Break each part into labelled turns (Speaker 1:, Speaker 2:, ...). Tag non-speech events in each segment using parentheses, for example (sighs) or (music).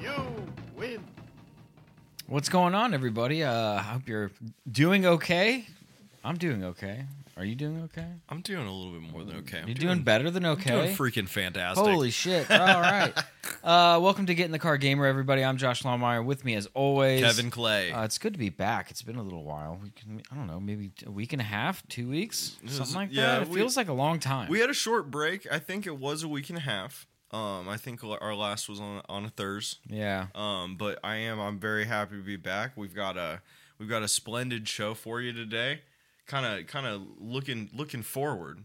Speaker 1: You win.
Speaker 2: What's going on, everybody? Uh, I hope you're doing okay. I'm doing okay. Are you doing okay?
Speaker 3: I'm doing a little bit more than okay. I'm
Speaker 2: you're doing, better than okay.
Speaker 3: doing freaking fantastic.
Speaker 2: Holy shit! All
Speaker 3: (laughs)
Speaker 2: right. Uh, welcome to Get in the Car Gamer, everybody. I'm Josh Longmire. With me, as always,
Speaker 3: Kevin Clay.
Speaker 2: Uh, it's good to be back. It's been a little while. We can, I don't know, maybe a week and a half, two weeks,
Speaker 3: This is-
Speaker 2: something like
Speaker 3: yeah,
Speaker 2: that. It
Speaker 3: we-
Speaker 2: feels like a long time.
Speaker 3: we had a short break. I think it was a week and a half. Um, I think la- our last was on on a Thursday.
Speaker 2: yeah.
Speaker 3: Um, but I am I'm very happy to be back. We've got a we've got a splendid show for you today. Kind of kind of looking looking forward,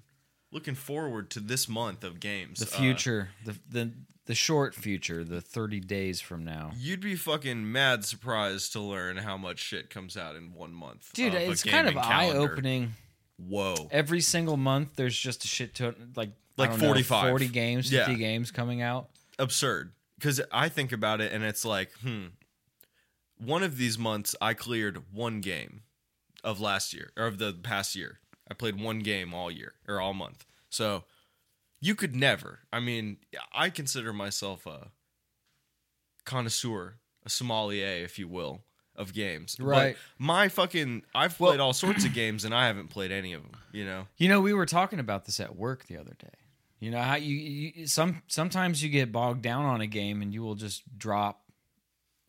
Speaker 3: looking forward to this month of games.
Speaker 2: The
Speaker 3: Uh,
Speaker 2: future, the the the short future, the 30 days from now.
Speaker 3: You'd be fucking mad surprised to learn how much shit comes out in one month.
Speaker 2: Dude,
Speaker 3: of a
Speaker 2: it's kind of
Speaker 3: gaming calendar.
Speaker 2: eye-opening.
Speaker 3: Whoa.
Speaker 2: every single month there's just a shit ton like
Speaker 3: Like
Speaker 2: I don't know,
Speaker 3: 45.
Speaker 2: 40 games 50
Speaker 3: Yeah.
Speaker 2: games coming out
Speaker 3: absurd because I think about it and it's like, hmm, one of these months I cleared one game of last year or of the past year. I played one game all year or all month. So you could never. I mean, I consider myself a connoisseur, a sommelier, if you will, of games. But
Speaker 2: Right.
Speaker 3: my fucking, I've played all sorts of games and I haven't played any of them. You know.
Speaker 2: you know we were talking about this at work the other day you know how you, you some sometimes you get bogged down on a game and you will just drop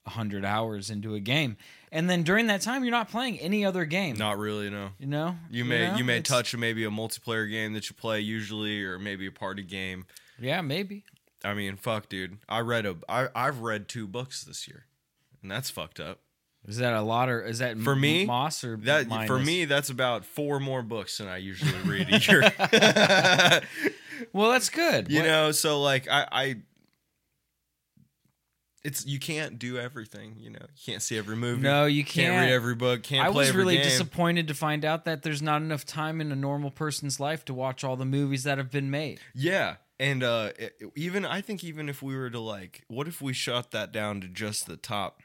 Speaker 2: 100 hours into a game and then during that time you're not playing any other game
Speaker 3: Not really, no.
Speaker 2: you know
Speaker 3: You may
Speaker 2: know?
Speaker 3: you may
Speaker 2: It's-
Speaker 3: touch maybe a multiplayer game that you play usually, or maybe a party game.
Speaker 2: yeah maybe
Speaker 3: I mean, fuck, dude. I read a I I've read two books this year, and that's fucked up.
Speaker 2: is that a lot or is that
Speaker 3: For me,
Speaker 2: moss or
Speaker 3: That for
Speaker 2: mindless?
Speaker 3: me, that's about four more books than I usually read a year.
Speaker 2: (laughs) well that's
Speaker 3: (laughs)
Speaker 2: good
Speaker 3: you
Speaker 2: What-
Speaker 3: know, so like I I. It's you can't do everything, you know. You can't see every movie.
Speaker 2: no you can't,
Speaker 3: can't, read every book. Can't
Speaker 2: I
Speaker 3: play
Speaker 2: was
Speaker 3: every
Speaker 2: really
Speaker 3: game.
Speaker 2: disappointed to find out that there's not enough time in a normal person's life to watch all the movies that have been made.
Speaker 3: Yeah, and uh e- even I think even if we were to like, what if we shot that down to just the top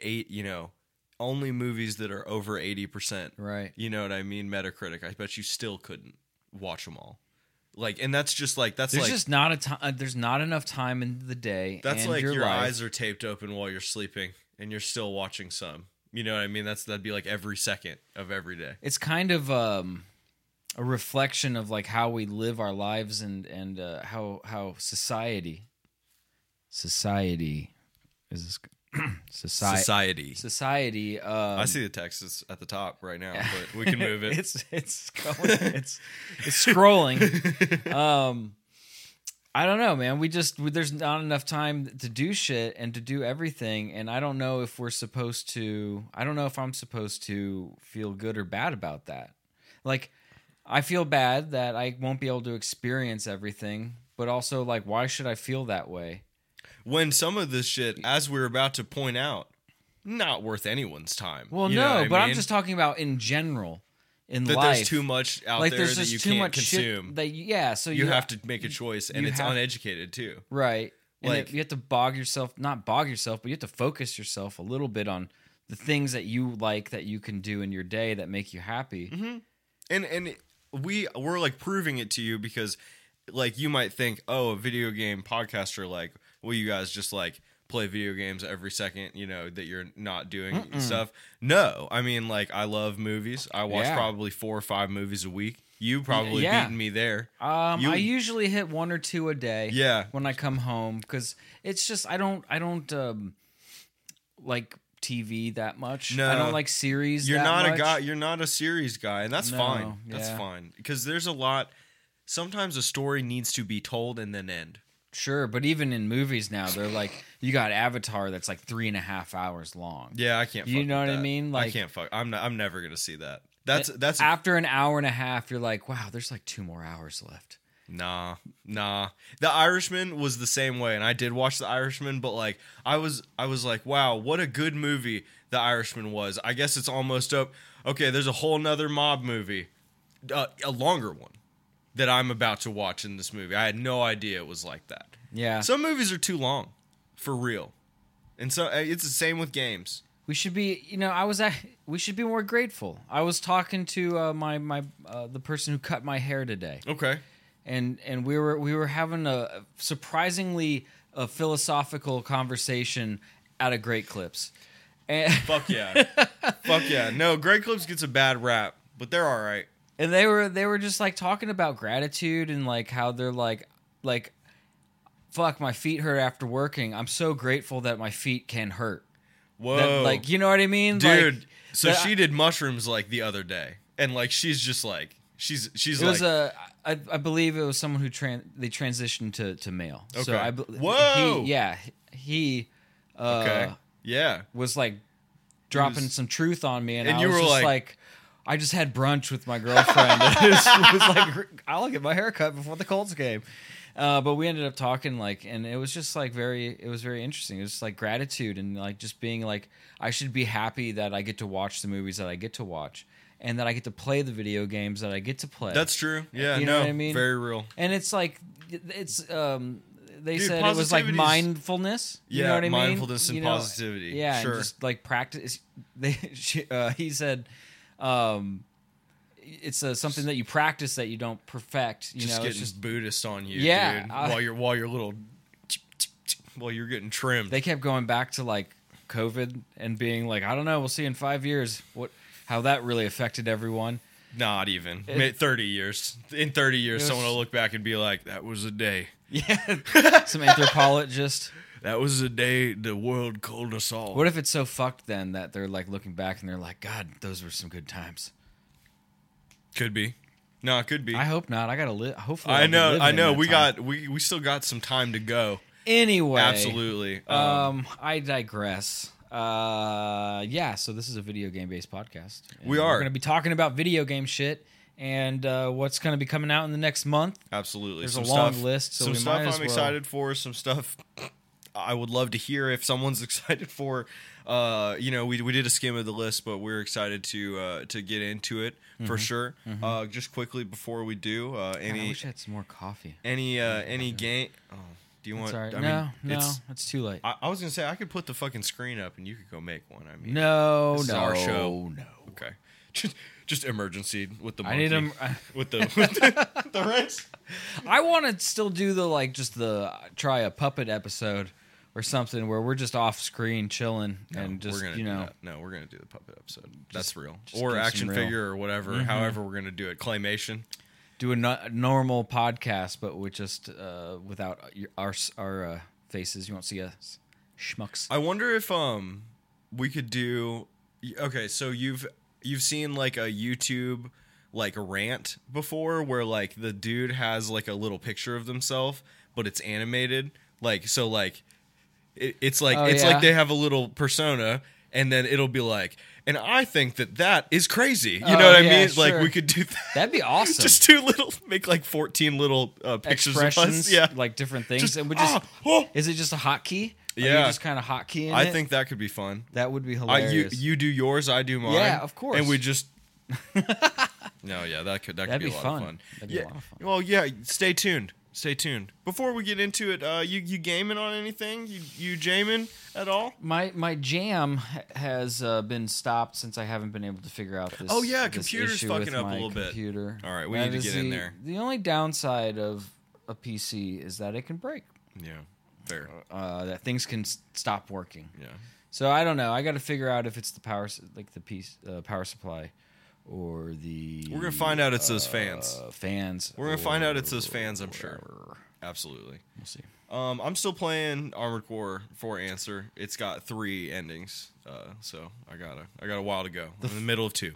Speaker 3: eight? You know, only movies that are over eighty percent.
Speaker 2: Right.
Speaker 3: You know what I mean? Metacritic. I bet you still couldn't watch them all. Like, and that's just like that's
Speaker 2: There's
Speaker 3: like
Speaker 2: just not a time. There's not enough time in the day.
Speaker 3: that's
Speaker 2: and
Speaker 3: like
Speaker 2: your,
Speaker 3: your
Speaker 2: life.
Speaker 3: eyes are taped open while you're sleeping, and you're still watching some. You know what I mean? That's that'd be like every second of every day.
Speaker 2: It's kind of um, a reflection of like how we live our lives and and uh, how how society society is this (clears throat) society
Speaker 3: Society.
Speaker 2: society. Um,
Speaker 3: I see the text is at the top right
Speaker 2: (laughs)
Speaker 3: now, but we can move it.
Speaker 2: it's it's going,
Speaker 3: (laughs)
Speaker 2: it's it's scrolling. Um, I don't know, man. We just we, there's not enough time to do shit and to do everything, and I don't know if we're supposed to. I don't know if I'm supposed to feel good or bad about that. Like, I feel bad that I won't be able to experience everything, but also like, why should I feel that way?
Speaker 3: when some of this shit, as we are about to point out, not worth anyone's time.
Speaker 2: Well,
Speaker 3: You know
Speaker 2: no,
Speaker 3: what I
Speaker 2: but I'm
Speaker 3: mean?
Speaker 2: just talking about in general in
Speaker 3: that
Speaker 2: life.
Speaker 3: there's too much out
Speaker 2: like
Speaker 3: there
Speaker 2: there's
Speaker 3: that
Speaker 2: just
Speaker 3: you
Speaker 2: too
Speaker 3: can't
Speaker 2: much
Speaker 3: consume.
Speaker 2: shit that you, yeah. So
Speaker 3: you have to make a choice, and
Speaker 2: you
Speaker 3: it's
Speaker 2: have-
Speaker 3: uneducated too.
Speaker 2: Right. And
Speaker 3: Like-
Speaker 2: it- you have to bog yourself, not bog yourself, but you have to focus yourself a little bit on the things that you like that you can do in your day that make you happy.
Speaker 3: Mm-hmm. And and we we're like proving it to you because, like, you might think, oh, a video game podcaster, like, well, you guys just like play video games every second, you know, that you're not doing stuff. No, I mean, like, I love movies. I watch
Speaker 2: Yeah.
Speaker 3: probably four or five movies a week. You probably
Speaker 2: yeah.
Speaker 3: beating me there.
Speaker 2: Um,
Speaker 3: You-
Speaker 2: I usually hit one or two a day.
Speaker 3: Yeah.
Speaker 2: When I come home, because it's just I don't I don't um, like TV that much. I
Speaker 3: No.
Speaker 2: don't like series.
Speaker 3: you're
Speaker 2: that
Speaker 3: not a
Speaker 2: much.
Speaker 3: guy you're not a series guy and that's
Speaker 2: No,
Speaker 3: fine that's
Speaker 2: yeah.
Speaker 3: fine because there's a lot sometimes a story needs to be told and then end
Speaker 2: Sure, but even in movies now, they're like you got Avatar that's like three and a half hours long.
Speaker 3: yeah i can't
Speaker 2: You
Speaker 3: fuck
Speaker 2: know
Speaker 3: with
Speaker 2: what I
Speaker 3: that.
Speaker 2: mean?
Speaker 3: i
Speaker 2: Like-
Speaker 3: can't fuck i'm not i'm never gonna see that that's that's
Speaker 2: after an hour and a half, you're like, wow, there's like two more hours left.
Speaker 3: Nah, nah. The Irishman was the same way, and I did watch The Irishman, but like I was, I was like, wow, what a good movie The Irishman was. I guess it's almost up. Okay, there's a whole nother mob movie, uh, a longer one that I'm about to watch in this movie. I had no idea it was like that.
Speaker 2: Yeah.
Speaker 3: Some movies are too long, for real, and so uh, it's the same with games.
Speaker 2: We should be, you know, I was at, we should be more grateful. I was talking to uh, my my uh, the person who cut my hair today,
Speaker 3: Okay,
Speaker 2: and and we were we were having a surprisingly uh philosophical conversation out of great clips. And
Speaker 3: fuck yeah, fuck yeah. No, Greg Clips gets a bad rap, but they're all right.
Speaker 2: (laughs) and they were they were just like talking about gratitude and like how they're like like fuck my feet hurt after working. I'm so grateful that my feet can hurt.
Speaker 3: Whoa,
Speaker 2: That, like you know what I mean?
Speaker 3: dude.
Speaker 2: Like,
Speaker 3: so
Speaker 2: that-
Speaker 3: she did mushrooms like the other day, and like she's just like she's she's
Speaker 2: It
Speaker 3: like
Speaker 2: was a, I, I believe it was someone who tran- they transitioned to to male.
Speaker 3: Okay.
Speaker 2: So I, bel-
Speaker 3: Whoa!
Speaker 2: He, yeah, he uh,
Speaker 3: okay, yeah.
Speaker 2: was like dropping
Speaker 3: was-
Speaker 2: some truth on me, and,
Speaker 3: and
Speaker 2: I
Speaker 3: you
Speaker 2: was
Speaker 3: were
Speaker 2: just
Speaker 3: like-
Speaker 2: like, I just had brunch with my girlfriend. (laughs) and it was, was like, I'll get my hair cut before the Colts game. Uh, but we ended up talking like, and it was just like very, it was very interesting. It was just like gratitude and like just being like, I should be happy that I get to watch the movies that I get to watch, and that I get to play the video games that I get to play.
Speaker 3: That's true. Yeah,
Speaker 2: You
Speaker 3: no,
Speaker 2: know what I mean?
Speaker 3: very real.
Speaker 2: and it's like it's um they
Speaker 3: Dude,
Speaker 2: said it was like
Speaker 3: positivity's-
Speaker 2: mindfulness you
Speaker 3: Yeah,
Speaker 2: know what i mean
Speaker 3: mindfulness and
Speaker 2: You know,
Speaker 3: positivity,
Speaker 2: yeah
Speaker 3: sure.
Speaker 2: and just like practice (laughs) they she, uh, he said um it's uh, something that you practice that you don't perfect you
Speaker 3: Just
Speaker 2: know it's
Speaker 3: getting
Speaker 2: just
Speaker 3: Buddhist on you,
Speaker 2: Yeah,
Speaker 3: dude.
Speaker 2: I-
Speaker 3: while you're while you're little, while you're getting trimmed.
Speaker 2: they kept going back to like covid and being like i don't know we'll see in 5 years what how that really
Speaker 3: (laughs)
Speaker 2: affected everyone
Speaker 3: Not even Ma- thirty years. In thirty years,
Speaker 2: It
Speaker 3: someone
Speaker 2: was-
Speaker 3: will look back and be like, "That was a day.
Speaker 2: yeah (laughs) some anthropologist
Speaker 3: That was a day the world called us all."
Speaker 2: what if it's so fucked then that they're like looking back and they're like god those were some good times
Speaker 3: could be. No, it could be.
Speaker 2: I
Speaker 3: I,
Speaker 2: hope not. I gotta live. Hopefully, I'll be
Speaker 3: know.
Speaker 2: living
Speaker 3: I
Speaker 2: in
Speaker 3: know.
Speaker 2: that
Speaker 3: We
Speaker 2: time.
Speaker 3: got. We we still got some time to go.
Speaker 2: anyway.
Speaker 3: Absolutely. Um,
Speaker 2: Um, I digress. Uh, yeah. So this is a video game based podcast. And
Speaker 3: We are.
Speaker 2: we're gonna be talking about video game shit and uh, what's gonna be coming out in the next month.
Speaker 3: Absolutely.
Speaker 2: There's a long list, so
Speaker 3: some
Speaker 2: we
Speaker 3: stuff
Speaker 2: might
Speaker 3: I'm
Speaker 2: as well-
Speaker 3: excited for. Some stuff I would love to hear if someone's (laughs) excited for. Uh, you know, we, we did a skim of the list, but we're excited to uh, to get into it for
Speaker 2: Mm-hmm.
Speaker 3: sure. Uh, just quickly before we do, uh,
Speaker 2: God, I
Speaker 3: any
Speaker 2: wish I had some more coffee.
Speaker 3: any uh, any game? Oh, do you want?
Speaker 2: Sorry.
Speaker 3: I
Speaker 2: no, no,
Speaker 3: it's.
Speaker 2: it's, too late.
Speaker 3: I, I was gonna say I could put the fucking screen up and you could go make one. I mean,
Speaker 2: no,
Speaker 3: this is
Speaker 2: no,
Speaker 3: our show.
Speaker 2: no.
Speaker 3: okay, (laughs) just just emergency with the.
Speaker 2: I need
Speaker 3: monkey.
Speaker 2: a-
Speaker 3: (laughs) with the with the, the wrench.
Speaker 2: (laughs) I want to still do the like just the uh, try a puppet episode or something where we're just off screen chilling and
Speaker 3: No,
Speaker 2: just
Speaker 3: we're gonna
Speaker 2: you
Speaker 3: do
Speaker 2: know
Speaker 3: that. no, we're gonna do the puppet episode. That's
Speaker 2: Just-
Speaker 3: real,
Speaker 2: just
Speaker 3: or
Speaker 2: keep some
Speaker 3: action
Speaker 2: real. Mm-hmm.
Speaker 3: figure or whatever. However, we're gonna do it. Claymation.
Speaker 2: do a no- normal podcast, but with just uh, without your, our our uh, faces. You won't see us schmucks.
Speaker 3: I wonder if um we could do. Okay, so you've you've seen like a YouTube like rant before where like the dude has like a little picture of themselves, but it's animated. Like so, like it, it's like
Speaker 2: Oh,
Speaker 3: it's
Speaker 2: yeah.
Speaker 3: like they have a little persona, and then it'll be like. And I think that that is crazy. You
Speaker 2: Oh,
Speaker 3: know what I
Speaker 2: yeah,
Speaker 3: mean? Like
Speaker 2: sure.
Speaker 3: we could do (laughs) that.
Speaker 2: That'd be awesome.
Speaker 3: just two little make like 14 little uh, pictures of
Speaker 2: Expressions,
Speaker 3: us yeah
Speaker 2: like different things,
Speaker 3: Just,
Speaker 2: and we just.
Speaker 3: ah, (gasps) oh.
Speaker 2: Is it just a hotkey? Are you
Speaker 3: Yeah.
Speaker 2: just kind of hotkeying.
Speaker 3: i
Speaker 2: it?
Speaker 3: think that could be fun
Speaker 2: that would be
Speaker 3: I, you
Speaker 2: hilarious.
Speaker 3: you do yours i do mine
Speaker 2: Yeah, of course.
Speaker 3: and we
Speaker 2: (laughs)
Speaker 3: just no yeah that could that
Speaker 2: That'd
Speaker 3: could be,
Speaker 2: be
Speaker 3: a lot
Speaker 2: fun.
Speaker 3: of fun
Speaker 2: That'd be a
Speaker 3: yeah.
Speaker 2: lot of fun.
Speaker 3: well yeah stay tuned stay tuned before we get into it uh you you gaming on anything you you jamming at all
Speaker 2: my my jam ha- has uh, been stopped since I haven't been able to figure out this.
Speaker 3: Oh, yeah,
Speaker 2: this
Speaker 3: computer's
Speaker 2: issue
Speaker 3: fucking
Speaker 2: with
Speaker 3: up a
Speaker 2: my
Speaker 3: little bit.
Speaker 2: Computer.
Speaker 3: All right, we
Speaker 2: That
Speaker 3: need to
Speaker 2: is
Speaker 3: get in
Speaker 2: the-
Speaker 3: there.
Speaker 2: The only downside of a PC is that it can break.
Speaker 3: yeah fair
Speaker 2: Uh, that things can s- stop working.
Speaker 3: yeah
Speaker 2: So I don't know. I got to figure out if it's the power, s- like the piece, uh, power supply, or the.
Speaker 3: we're gonna find out it's those fans
Speaker 2: Uh, fans.
Speaker 3: we're gonna find
Speaker 2: or
Speaker 3: out it's those fans i'm sure absolutely
Speaker 2: We'll see.
Speaker 3: Um, I'm still playing Armored Core Four Answer. It's got three endings, uh, so I got a I got a while to go. I'm in the middle of two.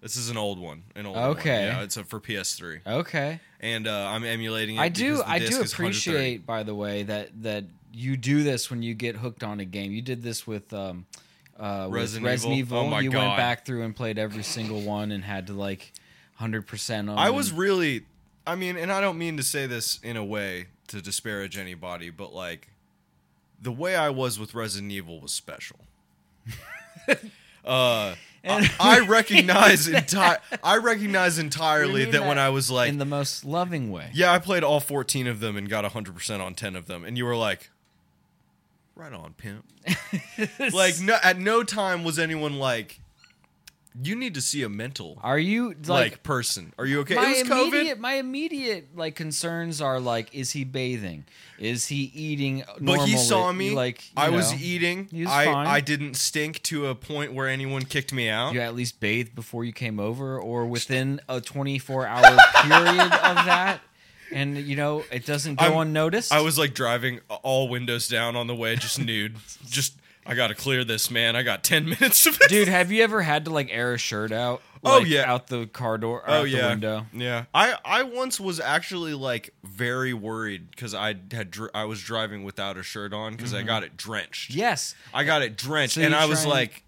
Speaker 3: This is an old one, an old one.
Speaker 2: Okay.
Speaker 3: Yeah, it's a, for PS3,
Speaker 2: Okay.
Speaker 3: and uh, I'm emulating it.
Speaker 2: I do.
Speaker 3: because the
Speaker 2: I
Speaker 3: disc
Speaker 2: do
Speaker 3: is 130.
Speaker 2: appreciate, by the way, that that you do this when you get hooked on a game. You did this with. Um, uh, with
Speaker 3: Resident
Speaker 2: Resident,
Speaker 3: Evil.
Speaker 2: Evil.
Speaker 3: Oh my
Speaker 2: you
Speaker 3: God.
Speaker 2: went back through and played every single one and had to like 100% on
Speaker 3: I was
Speaker 2: and-
Speaker 3: really I mean, and I don't mean to say this in a way to disparage anybody, but like the way I was with Resident Evil was
Speaker 2: (laughs)
Speaker 3: special. uh (laughs) I, I recognize entire I recognize entirely
Speaker 2: mean
Speaker 3: that when
Speaker 2: that
Speaker 3: I was like
Speaker 2: in the most loving way.
Speaker 3: Yeah, I played all 14 of them and got 100% on 10 of them. And you were like, right on,
Speaker 2: (laughs)
Speaker 3: pimp. like, no, at no time was anyone like, you need to see a mental
Speaker 2: Are you
Speaker 3: like,
Speaker 2: like
Speaker 3: person. Are you okay?
Speaker 2: my
Speaker 3: It was COVID.
Speaker 2: immediate my immediate like concerns are like is he bathing is he eating
Speaker 3: But he
Speaker 2: normally?
Speaker 3: saw me.
Speaker 2: like you
Speaker 3: I was
Speaker 2: know,
Speaker 3: eating.
Speaker 2: He was
Speaker 3: I,
Speaker 2: fine.
Speaker 3: I didn't stink to a point where anyone kicked me out.
Speaker 2: you at least bathed before you came over or within a 24 hour
Speaker 3: (laughs)
Speaker 2: period of that and you know it doesn't go
Speaker 3: I'm-
Speaker 2: unnoticed
Speaker 3: I was like driving all windows down on the way,
Speaker 2: (laughs)
Speaker 3: just nude. Just I gotta clear this, man. I got ten (laughs) minutes of this.
Speaker 2: dude have you ever had to like air a shirt out
Speaker 3: Oh,
Speaker 2: like,
Speaker 3: yeah.
Speaker 2: out the car door or
Speaker 3: oh
Speaker 2: out
Speaker 3: yeah
Speaker 2: the window
Speaker 3: yeah i i once was actually like very worried because i had dr- i was driving without a shirt on because
Speaker 2: Mm-hmm.
Speaker 3: i got it drenched
Speaker 2: yes
Speaker 3: i got it drenched
Speaker 2: So
Speaker 3: and
Speaker 2: you
Speaker 3: i was
Speaker 2: try and-
Speaker 3: like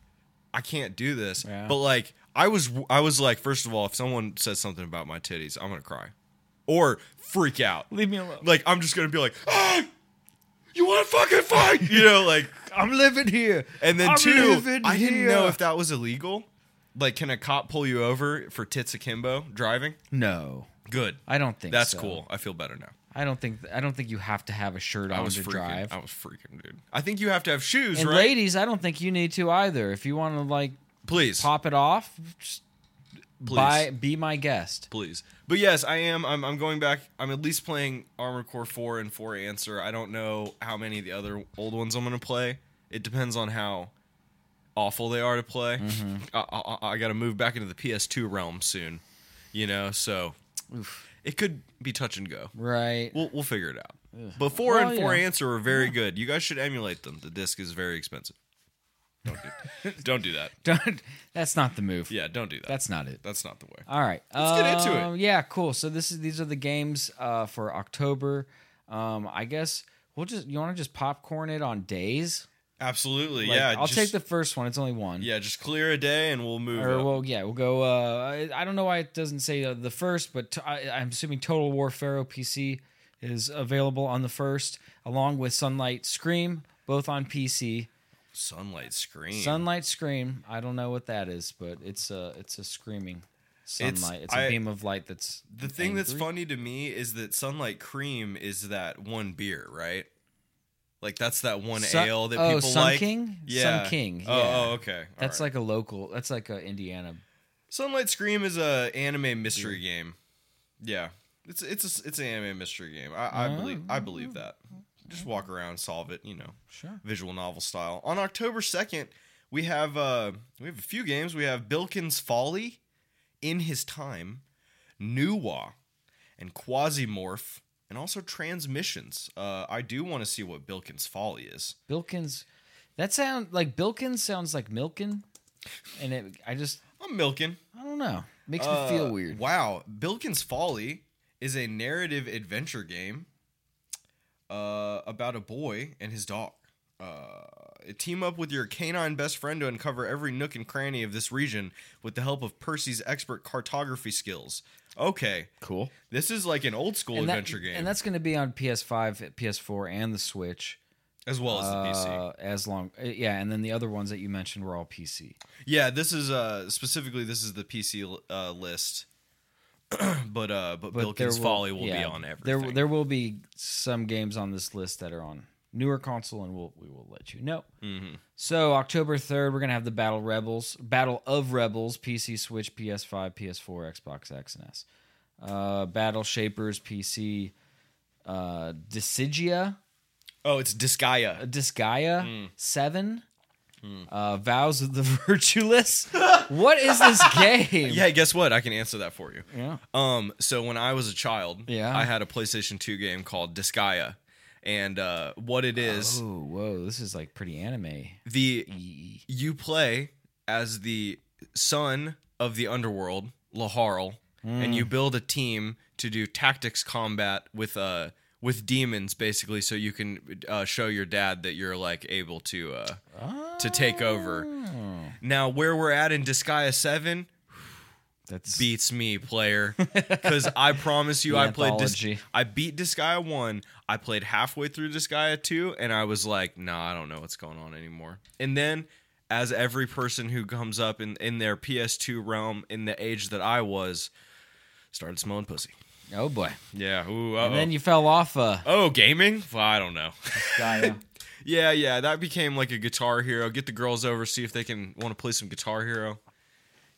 Speaker 3: i can't do this
Speaker 2: Yeah.
Speaker 3: but like i was i was like first of all if someone says something about my titties i'm gonna cry or freak out
Speaker 2: leave me alone
Speaker 3: like i'm just gonna be like ah! you want to fucking fight you know like
Speaker 2: i'm living here
Speaker 3: and then
Speaker 2: I'm
Speaker 3: two,
Speaker 2: living
Speaker 3: I didn't
Speaker 2: here.
Speaker 3: know if that was illegal. Like, can a cop pull you over for tits akimbo driving?
Speaker 2: no
Speaker 3: Good.
Speaker 2: i don't think
Speaker 3: That's
Speaker 2: so.
Speaker 3: cool. I feel better now.
Speaker 2: i don't think i don't think you have to have a shirt on
Speaker 3: I was
Speaker 2: to
Speaker 3: freaking.
Speaker 2: drive
Speaker 3: I was freaking, dude. I think you have to have shoes,
Speaker 2: and
Speaker 3: right?
Speaker 2: ladies i don't think you need to either if you want to like
Speaker 3: please,
Speaker 2: pop it off just
Speaker 3: please,
Speaker 2: buy, be my guest
Speaker 3: please. But yes, I am. I'm, I'm going back. I'm at least playing Armored Core Four and Four Answer. I don't know how many of the other old ones I'm going to play. It depends on how awful they are to play.
Speaker 2: Mm-hmm.
Speaker 3: I, I, I got to move back into the PS2 realm soon. You know, so it could be touch and go.
Speaker 2: right
Speaker 3: We'll, we'll figure it out. But four
Speaker 2: Well,
Speaker 3: and
Speaker 2: you
Speaker 3: four
Speaker 2: know.
Speaker 3: answer are very good. You guys should emulate them. The disc is very expensive. Don't
Speaker 2: (laughs)
Speaker 3: do, don't do that.
Speaker 2: (laughs) don't that's not the move
Speaker 3: Yeah, don't do that. That's
Speaker 2: that's not it
Speaker 3: that's not the way.
Speaker 2: all right
Speaker 3: Let's get into it.
Speaker 2: Um, yeah cool so this is these are the games uh for october um i guess we'll just you want to just popcorn it on days
Speaker 3: Absolutely.
Speaker 2: Like,
Speaker 3: yeah.
Speaker 2: i'll
Speaker 3: just-
Speaker 2: take the first one it's only one
Speaker 3: Yeah, just clear a day and we'll move.
Speaker 2: or
Speaker 3: up.
Speaker 2: well yeah we'll go uh I- i don't know why it doesn't say uh, the first but t- I, i'm assuming total war pharaoh pc is available on the first along with sunlight scream both on pc
Speaker 3: Sunlight screen.
Speaker 2: Sunlight scream. I don't know what that is, but it's a it's a screaming sunlight. It's, a
Speaker 3: I-
Speaker 2: beam of light that's
Speaker 3: the thing that's
Speaker 2: angry.
Speaker 3: funny to me is that sunlight cream is that one beer, right? Like that's that one
Speaker 2: Sun-
Speaker 3: ale that
Speaker 2: oh,
Speaker 3: people
Speaker 2: Sun
Speaker 3: like.
Speaker 2: King?
Speaker 3: Yeah.
Speaker 2: Sun King.
Speaker 3: Oh,
Speaker 2: yeah.
Speaker 3: oh, okay. All
Speaker 2: That's
Speaker 3: right.
Speaker 2: like a local. That's like a Indiana.
Speaker 3: Sunlight Scream is a anime mystery game. Yeah, it's it's a, it's an anime mystery game. I, I believe I
Speaker 2: Oh.
Speaker 3: believe that. Just walk around, solve it. You know,
Speaker 2: Sure.
Speaker 3: visual novel style. On October second, we have uh we have a few games. We have Bilkin's Folly, In His Time, Nuwa, and Quasimorph, and also Transmissions. Uh, I do want to see what Bilkin's Folly is.
Speaker 2: Bilkins. That sound like Bilkins sounds like Milken, and it. I just
Speaker 3: I'm milking.
Speaker 2: I don't know. Makes me feel
Speaker 3: Uh,
Speaker 2: weird.
Speaker 3: Wow, Bilkin's Folly is a narrative adventure game uh, about a boy and his dog. Uh, team up with your canine best friend to uncover every nook and cranny of this region with the help of Percy's expert cartography skills. Okay,
Speaker 2: Cool.
Speaker 3: this is like an old school
Speaker 2: And, that-
Speaker 3: adventure game,
Speaker 2: and that's going to be on PS5, PS4, and the Switch.
Speaker 3: as well as the PC.
Speaker 2: uh, as long, uh, yeah, and then the other ones that you mentioned were all PC.
Speaker 3: Yeah, this is uh, specifically this is the PC uh, list. (clears throat) but uh, but,
Speaker 2: but there
Speaker 3: Bilkin's Folly will
Speaker 2: yeah,
Speaker 3: be on everything.
Speaker 2: There, will- there will be some games on this list that are on newer console, and we'll we will let you know.
Speaker 3: Mm-hmm.
Speaker 2: So October third, we're gonna have the Battle Rebels, Battle of Rebels, PC, Switch, PS5, PS4, Xbox X and S, uh, Battle Shapers, PC, uh, Decidia,
Speaker 3: oh, it's Disgaea.
Speaker 2: Disgaea
Speaker 3: Hmm.
Speaker 2: Seven. Uh, vows of the (laughs) virtueless. what is this game?
Speaker 3: (laughs) Yeah, guess what? I can answer that for you.
Speaker 2: Yeah.
Speaker 3: Um, so when I was a child,
Speaker 2: Yeah.
Speaker 3: I had a PlayStation 2 game called Disgaea. And uh, what it is,
Speaker 2: Oh, whoa! This is like pretty anime.
Speaker 3: the you play as the son of the underworld, Laharl, and
Speaker 2: Hmm.
Speaker 3: you build a team to do tactics combat with uh with demons basically so you can uh, show your dad that you're like able to uh
Speaker 2: Oh,
Speaker 3: to take over. Now where we're at in Disgaea 7
Speaker 2: That's
Speaker 3: beats me,
Speaker 2: (laughs)
Speaker 3: player. Because I promise you,
Speaker 2: The
Speaker 3: I played. Dis-
Speaker 2: anthology.
Speaker 3: I beat Disgaea one. I played halfway through Disgaea two, and I was like, "Nah, I don't know what's going on anymore." And then, as every person who comes up in in their PS2 realm in the age that I was, started smelling pussy.
Speaker 2: oh boy.
Speaker 3: Yeah. Ooh.
Speaker 2: And then
Speaker 3: uh-oh.
Speaker 2: you fell off. Uh,
Speaker 3: oh, gaming? Well, I don't know. (laughs)
Speaker 2: Gaia.
Speaker 3: yeah, yeah. That became like a Guitar Hero. Get the girls over, see if they can want to play some Guitar Hero.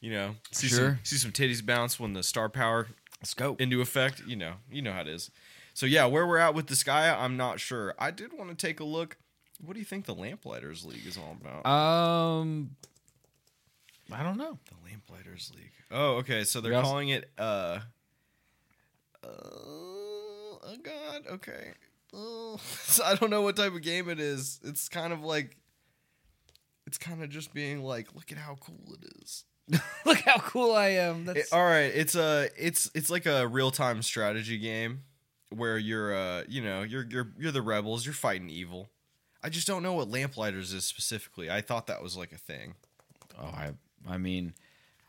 Speaker 3: You know, see some
Speaker 2: Sure.
Speaker 3: see some titties bounce when the star power
Speaker 2: Let's go.
Speaker 3: into effect. You know, you know how it is. So yeah, where we're at with this guy, I'm not sure. I did want to take a look. What do you think the Lamplighters League is all about?
Speaker 2: Um, Uh, (laughs) I don't know.
Speaker 3: the Lamplighters League. Oh, okay. So they're
Speaker 2: We also-
Speaker 3: calling it. uh uh, Oh God. Okay. Oh. (laughs) So I don't know what type of game it is. It's kind of like. It's kind of just being like, look at how cool it is.
Speaker 2: Look how cool I am. That's
Speaker 3: It- all right, it's a it's it's like a real time strategy game where you're uh you know you're you're you're the rebels you're fighting evil. I just don't know what lamplighters is specifically. I thought that was like a thing.
Speaker 2: oh, I. I mean,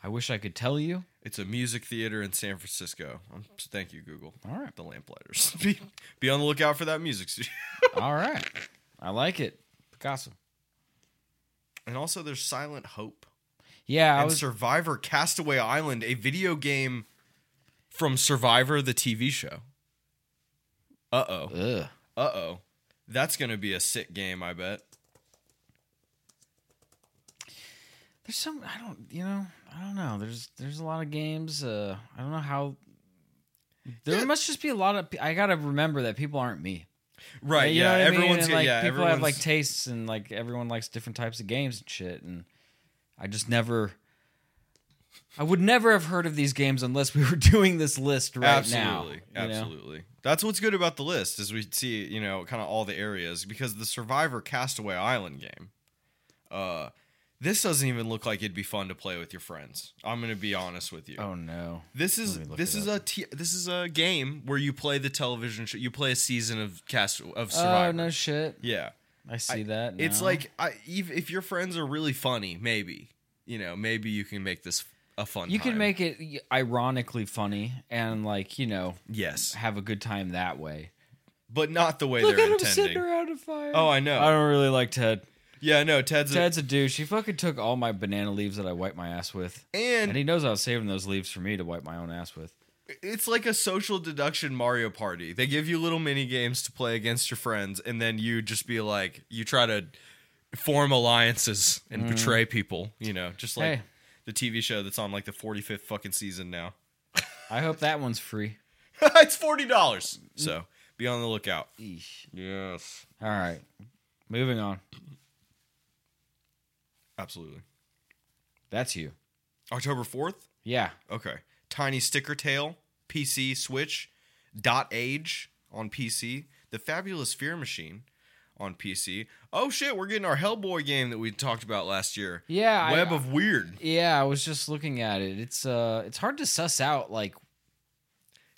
Speaker 2: I wish I could tell you.
Speaker 3: It's a music theater in San Francisco. Um, thank you, Google. (laughs)
Speaker 2: All right.
Speaker 3: the lamplighters. be, be on the lookout for that music studio.
Speaker 2: All right, I like it. Picasso.
Speaker 3: (laughs) and also, there's Silent Hope
Speaker 2: Yeah, I
Speaker 3: and
Speaker 2: was.
Speaker 3: Survivor Castaway Island, a video game from Survivor the TV show. Uh oh.
Speaker 2: Ugh.
Speaker 3: Uh oh. That's going to be a sick game, I bet.
Speaker 2: There's some I don't you know I don't know there's there's a lot of games uh I don't know how there
Speaker 3: Yeah.
Speaker 2: must just be a lot of pe- I gotta remember that people aren't me
Speaker 3: Right.
Speaker 2: You
Speaker 3: Yeah.
Speaker 2: know what I mean?
Speaker 3: Everyone's
Speaker 2: And,
Speaker 3: got-
Speaker 2: like
Speaker 3: yeah.
Speaker 2: people
Speaker 3: Everyone's
Speaker 2: have like tastes and like everyone likes different types of games and shit and I just never I would never have heard of these games unless we were (laughs) doing this list right now
Speaker 3: absolutely.
Speaker 2: you know?
Speaker 3: absolutely. That's what's good about the list is we see, you know, kind of all the areas because the Survivor Castaway Island game. Uh this doesn't even look like it'd be fun to play with your friends. I'm going to be honest with you.
Speaker 2: oh no
Speaker 3: This is
Speaker 2: Let me look
Speaker 3: this
Speaker 2: it
Speaker 3: is a t- this is a game where you play the television show. You play a season of cast of
Speaker 2: oh
Speaker 3: Survivor.
Speaker 2: no shit
Speaker 3: Yeah.
Speaker 2: I see that
Speaker 3: It's
Speaker 2: now.
Speaker 3: like I, if, if your friends are really funny, maybe you know, maybe you can make this a fun.
Speaker 2: you can
Speaker 3: time.
Speaker 2: make it ironically funny and like you know
Speaker 3: yes,
Speaker 2: have a good time that way.
Speaker 3: but not the way they're intending.
Speaker 2: around a fire.
Speaker 3: Oh, I know.
Speaker 2: I don't really like Ted.
Speaker 3: yeah, no, Ted's,
Speaker 2: Ted's a douche. He fucking took all my banana leaves that I wiped my ass with,
Speaker 3: a, and,
Speaker 2: and he knows I was saving those leaves for me to wipe my own ass with.
Speaker 3: it's like a social deduction Mario Party. They give you little mini games to play against your friends, and then you just be like, you try to form alliances and betray people. You know, just like
Speaker 2: Mm. Hey.
Speaker 3: the TV show that's on like the forty fifth fucking season now. (laughs)
Speaker 2: I hope that one's free.
Speaker 3: it's forty dollars, so be on the lookout. Yes.
Speaker 2: All right, moving on.
Speaker 3: Absolutely.
Speaker 2: That's you.
Speaker 3: October 4th?
Speaker 2: Yeah.
Speaker 3: Okay. Tiny Sticker Tail, PC, Switch, Dot Age on PC, The Fabulous Fear Machine on PC. Oh shit, we're getting our Hellboy game that we talked about last year.
Speaker 2: Yeah, I-
Speaker 3: Web of Weird.
Speaker 2: Yeah, I was just looking at it. It's uh, it's hard to suss out like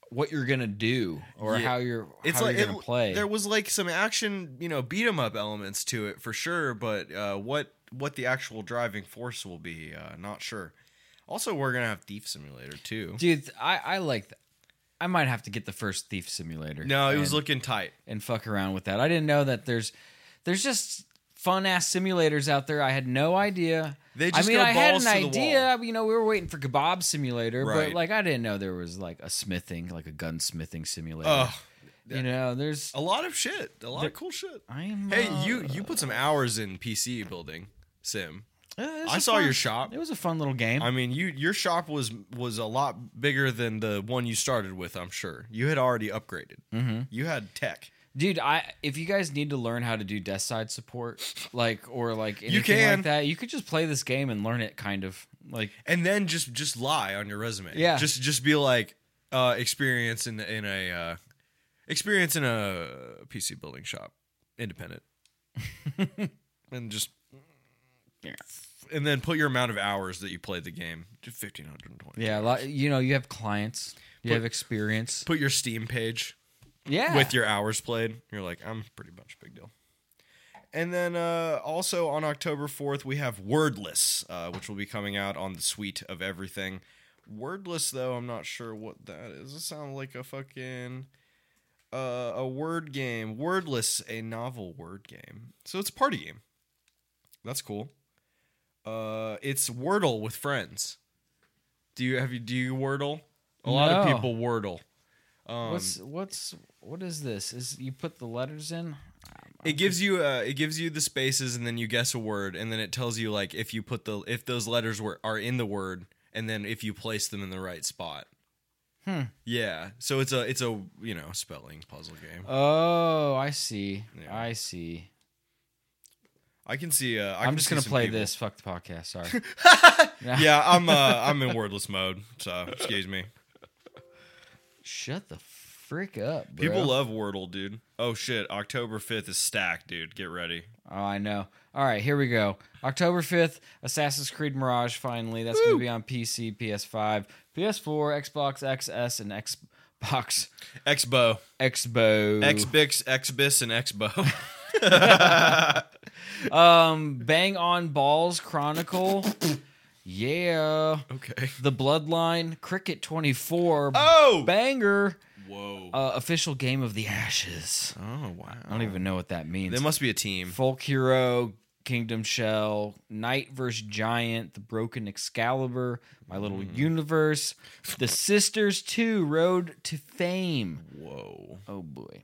Speaker 2: what you're gonna do or
Speaker 3: Yeah.
Speaker 2: how you're
Speaker 3: It's
Speaker 2: how
Speaker 3: like
Speaker 2: you're
Speaker 3: it,
Speaker 2: gonna play.
Speaker 3: there was like some action, you know, beat 'em up elements to it for sure, but uh, what what the actual driving force will be, uh, not sure. Also, we're gonna have Thief Simulator too.
Speaker 2: Dude, I I like. Th- I might have to get the first Thief Simulator.
Speaker 3: No, it was
Speaker 2: and-
Speaker 3: looking tight.
Speaker 2: and fuck around with that. I didn't know that there's there's just fun ass simulators out there. I had no idea.
Speaker 3: They
Speaker 2: I
Speaker 3: just
Speaker 2: mean,
Speaker 3: go
Speaker 2: I had
Speaker 3: balls
Speaker 2: an
Speaker 3: to the
Speaker 2: idea. You know, we were waiting for Kebab Simulator,
Speaker 3: Right.
Speaker 2: but like I didn't know there was like a smithing, like a gunsmithing simulator.
Speaker 3: Ugh.
Speaker 2: you know, there's
Speaker 3: a lot of shit, a lot of cool shit.
Speaker 2: I am.
Speaker 3: Hey,
Speaker 2: uh,
Speaker 3: you you put some hours in PC building sim.
Speaker 2: uh, it was
Speaker 3: I
Speaker 2: a
Speaker 3: saw
Speaker 2: fun-
Speaker 3: your shop.
Speaker 2: It was a fun little game.
Speaker 3: I mean, you your shop was was a lot bigger than the one you started with. I'm sure you had already upgraded. Mm-hmm. You had tech.
Speaker 2: Dude, I if you guys need to learn how to do desk side support, like or like anything
Speaker 3: can.
Speaker 2: like that, you could just play this game and learn it kind of. Like
Speaker 3: and then just just lie on your resume.
Speaker 2: Yeah.
Speaker 3: just just be like uh, experience in in a uh, experience in a PC building shop,
Speaker 2: (laughs)
Speaker 3: independent, and just and then put your amount of hours that you played the game to fifteen hundred and twenty.
Speaker 2: yeah, a lot, you know, you have clients, you have experience.
Speaker 3: Put your Steam page
Speaker 2: Yeah.
Speaker 3: with your hours played. You're like, I'm pretty much a big deal. And then uh, also on October 4th, we have Wordless, uh, which will be coming out on the suite of everything. Wordless though, I'm not sure what that is. It sounds like a fucking uh, a word game. Wordless, a novel word game. So it's a party game. That's cool. Uh, it's Wordle with friends. Do you have you do you Wordle? A lot of
Speaker 2: No.
Speaker 3: people Wordle. Um,
Speaker 2: what's what's what is this? Is you put the letters in?
Speaker 3: it gives you uh, it gives you the spaces and then you guess a word and then it tells you like if you put the if those letters were are in the word and then if you place them in the right spot.
Speaker 2: Hmm.
Speaker 3: Yeah. So it's a it's a you know spelling puzzle game.
Speaker 2: Oh, I see.
Speaker 3: Yeah.
Speaker 2: I see.
Speaker 3: I can see. Uh, I
Speaker 2: I
Speaker 3: can
Speaker 2: am just
Speaker 3: see
Speaker 2: gonna
Speaker 3: some
Speaker 2: play
Speaker 3: people-
Speaker 2: this. Fuck the podcast.
Speaker 3: (laughs)
Speaker 2: Sorry.
Speaker 3: Yeah, I'm uh,
Speaker 2: (laughs)
Speaker 3: I'm in wordless mode. So excuse me.
Speaker 2: Shut the frick up, bro.
Speaker 3: People love Wordle, dude. Oh shit! October fifth is stacked, dude. Get ready.
Speaker 2: Oh, I know. All right, here we go. October 5th, Assassin's Creed Mirage, finally. That's going to be on PC, PS5, PS4, Xbox XS, and Xbox
Speaker 3: Exbo,
Speaker 2: Expo.
Speaker 3: Xbix, Xbis, and Exbo. (laughs)
Speaker 2: um, Bang on
Speaker 3: (laughs)
Speaker 2: Balls Chronicle. yeah.
Speaker 3: okay.
Speaker 2: The Bloodline, Cricket 24.
Speaker 3: Oh.
Speaker 2: Banger.
Speaker 3: Whoa.
Speaker 2: Uh, official Game of the Ashes.
Speaker 3: oh wow.
Speaker 2: I don't even know what that means.
Speaker 3: There must be a team.
Speaker 2: Folk Hero, Kingdom Shell, Knight vs. Giant, The Broken Excalibur, My Little Universe, The Sisters 2, Road to Fame.
Speaker 3: Whoa.
Speaker 2: Oh boy.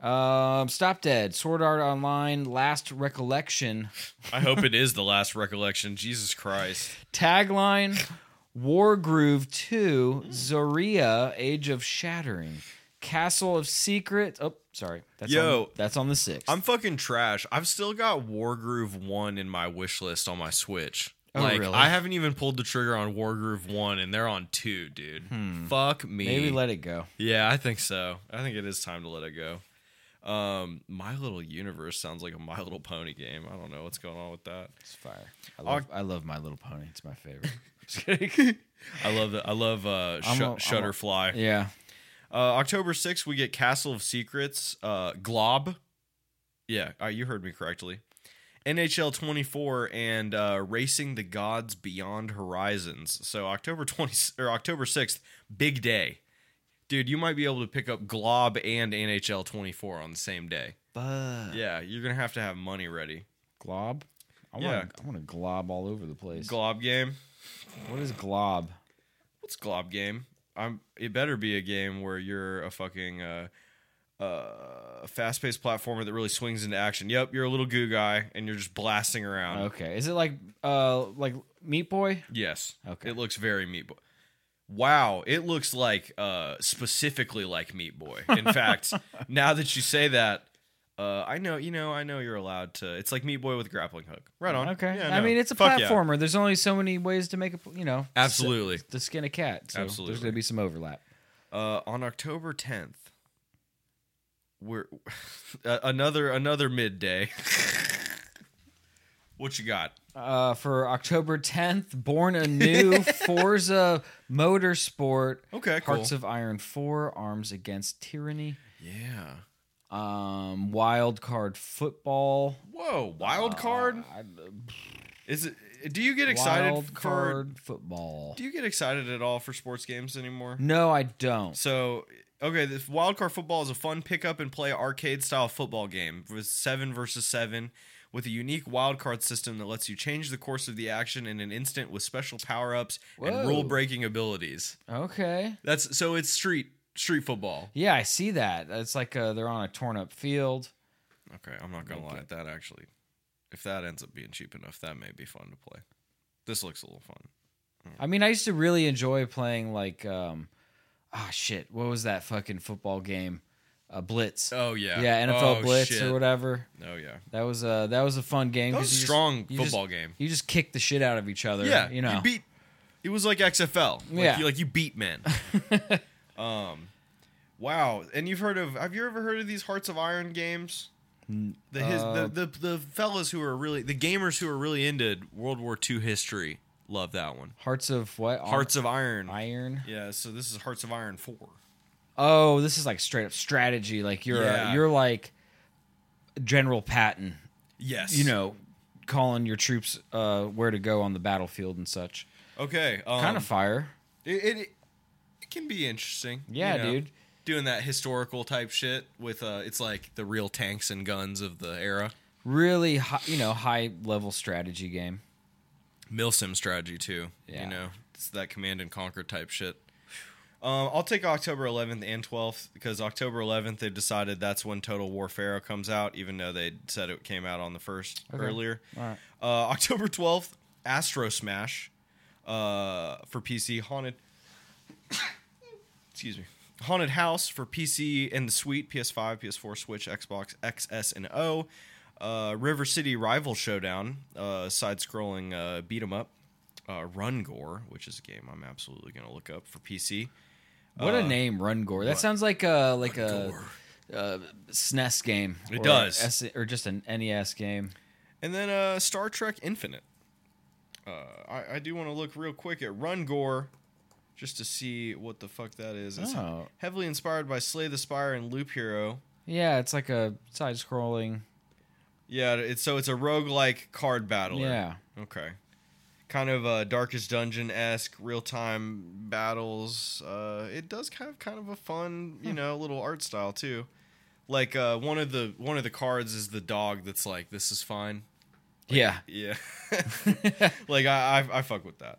Speaker 2: Um, Stop Dead, Sword Art Online, Last Recollection,
Speaker 3: I hope it is the last recollection. Jesus Christ.
Speaker 2: Tagline, War Groove 2, Zoria, Age of Shattering, Castle of Secret. Oh, sorry. That's
Speaker 3: Yo.
Speaker 2: on, that's on the 6th.
Speaker 3: I'm fucking trash. I've still got Wargroove 1 in my wish list on my Switch.
Speaker 2: Oh,
Speaker 3: like
Speaker 2: really?
Speaker 3: I haven't even pulled the trigger on Wargroove 1 and they're on 2, dude. Fuck me.
Speaker 2: Hmm. Maybe let it go.
Speaker 3: Yeah, I think so. I think it is time to let it go. Um My Little Universe sounds like a My Little Pony game. I don't know what's going on with that.
Speaker 2: It's fire. I love, I love My Little Pony. It's
Speaker 3: (laughs)
Speaker 2: my favorite. Just kidding.
Speaker 3: I love that. I love uh
Speaker 2: I'm
Speaker 3: Shut-
Speaker 2: a- I'm a-
Speaker 3: Shutterfly.
Speaker 2: Yeah.
Speaker 3: Uh October 6th we get Castle of Secrets, uh Glob. Yeah, uh, you heard me correctly. NHL 24 and uh, Racing the Gods Beyond Horizons. So October 20 or October 6th, big day. Dude, you might be able to pick up Glob and NHL 24 on the same day. Yeah, you're going to have to have money ready.
Speaker 2: Glob? I want
Speaker 3: Yeah.
Speaker 2: I want to glob all over the place.
Speaker 3: Glob game.
Speaker 2: what is glob?
Speaker 3: What's glob game? I'm. It better be a game where you're a fucking uh, uh, fast-paced platformer that really swings into action. Yep, you're a little goo guy, and you're just blasting around.
Speaker 2: Okay. Is it like uh like Meat Boy?
Speaker 3: Yes.
Speaker 2: Okay.
Speaker 3: It looks very Meat Boy. Wow, it looks like uh, specifically like Meat Boy.
Speaker 2: (laughs)
Speaker 3: In fact, now that you say that, uh, I know you know I know you're allowed to. It's like Meat Boy with a grappling hook. Right on.
Speaker 2: Okay.
Speaker 3: Yeah,
Speaker 2: I
Speaker 3: no.
Speaker 2: mean, it's a
Speaker 3: Fuck yeah.
Speaker 2: platformer. There's only so many ways to make a, pl- you know,
Speaker 3: Absolutely.
Speaker 2: s- to skin a cat. So
Speaker 3: Absolutely.
Speaker 2: There's going to be some overlap.
Speaker 3: uh, on October 10th, we're (laughs) uh, another another midday. (laughs) what you got?
Speaker 2: Uh, for October 10th, Born
Speaker 3: (laughs)
Speaker 2: Anew, Forza Motorsport,
Speaker 3: Okay, cool.
Speaker 2: Hearts of Iron 4, Arms Against Tyranny,
Speaker 3: yeah.
Speaker 2: um, Wild Card Football.
Speaker 3: Whoa,
Speaker 2: Uh,
Speaker 3: wild card?
Speaker 2: I-
Speaker 3: Is it? Do you get excited
Speaker 2: wild
Speaker 3: for?
Speaker 2: card football.
Speaker 3: Do you get excited at all for sports games anymore?
Speaker 2: No, I don't.
Speaker 3: So, okay, this wild card football is a fun pick up and play arcade style football game with seven versus seven, with a unique wild card system that lets you change the course of the action in an instant with special power ups
Speaker 2: Whoa.
Speaker 3: and rule breaking abilities.
Speaker 2: Okay.
Speaker 3: That's so it's street street football.
Speaker 2: Yeah, I see that. It's like uh, they're on a torn up field.
Speaker 3: Okay, I'm not gonna lie, that actually, if that ends up being cheap enough, that may be fun to play. This looks a little fun.
Speaker 2: I mean, I used to really enjoy playing like, um, ah, shit, what was that fucking football game? Uh, Blitz.
Speaker 3: Oh yeah,
Speaker 2: yeah, NFL
Speaker 3: Oh,
Speaker 2: Blitz
Speaker 3: shit.
Speaker 2: or whatever.
Speaker 3: Oh yeah,
Speaker 2: That was a that was a fun game.
Speaker 3: that
Speaker 2: 'cause
Speaker 3: was a
Speaker 2: you just-
Speaker 3: strong
Speaker 2: you
Speaker 3: football
Speaker 2: just-
Speaker 3: game.
Speaker 2: You just kick the shit out of each other.
Speaker 3: Yeah,
Speaker 2: you know.
Speaker 3: beat. It was like XFL. Like
Speaker 2: Yeah.
Speaker 3: you, like you beat
Speaker 2: (laughs)
Speaker 3: men. um, wow. And you've heard of? Have you ever heard of these Hearts of Iron games? The his,
Speaker 2: uh,
Speaker 3: the, the the fellas who are really the gamers who are really into World War II history love that one.
Speaker 2: Hearts of what?
Speaker 3: Hearts of Iron.
Speaker 2: Iron.
Speaker 3: Yeah. So this is Hearts of Iron four.
Speaker 2: Oh, this is like straight up strategy. Like you're
Speaker 3: Yeah.
Speaker 2: a, you're like General Patton
Speaker 3: Yes.
Speaker 2: you know, calling your troops uh, where to go on the battlefield and such.
Speaker 3: Okay. Um,
Speaker 2: kind of fire.
Speaker 3: It, it it can be interesting. you
Speaker 2: Yeah,
Speaker 3: know,
Speaker 2: dude.
Speaker 3: Doing that historical type shit with uh, it's like the real tanks and guns of the era.
Speaker 2: Really, high, you know, high level strategy game.
Speaker 3: Milsim strategy too.
Speaker 2: Yeah.
Speaker 3: You know, it's that command and conquer type shit. Um, I'll take October 11th and 12th because October 11th they've decided that's when Total War Pharaoh comes out, even though they said it came out on the first earlier.
Speaker 2: Alright.
Speaker 3: Uh, October 12th, Astro Smash uh, for PC Haunted. (coughs) Excuse me. Haunted House for PC and the Suite, PS5, PS4, Switch, Xbox, XS, and O. Uh, River City Rival Showdown, uh, side-scrolling uh, beat 'em up. Uh, Run Gore, which is a game I'm absolutely gonna look up for PC.
Speaker 2: What
Speaker 3: Uh,
Speaker 2: a name, Rungor. That sounds like a like a, uh SNES game.
Speaker 3: It
Speaker 2: or
Speaker 3: does.
Speaker 2: a S- or just an NES game.
Speaker 3: And then uh, Star Trek Infinite. Uh, I, I do want to look real quick at Run Gore just to see what the fuck that is. It's
Speaker 2: Oh.
Speaker 3: heavily inspired by Slay the Spire and Loop Hero.
Speaker 2: Yeah, it's like a side scrolling.
Speaker 3: Yeah, it's so it's a roguelike card battler.
Speaker 2: Yeah.
Speaker 3: Okay. Kind of uh, Darkest Dungeon esque real time battles. Uh, it does have kind of a fun, you know, little art style too. Like uh, one of the one of the cards is the dog that's like, this is fine.
Speaker 2: yeah. (laughs)
Speaker 3: Yeah. (laughs) like I, I I fuck with that.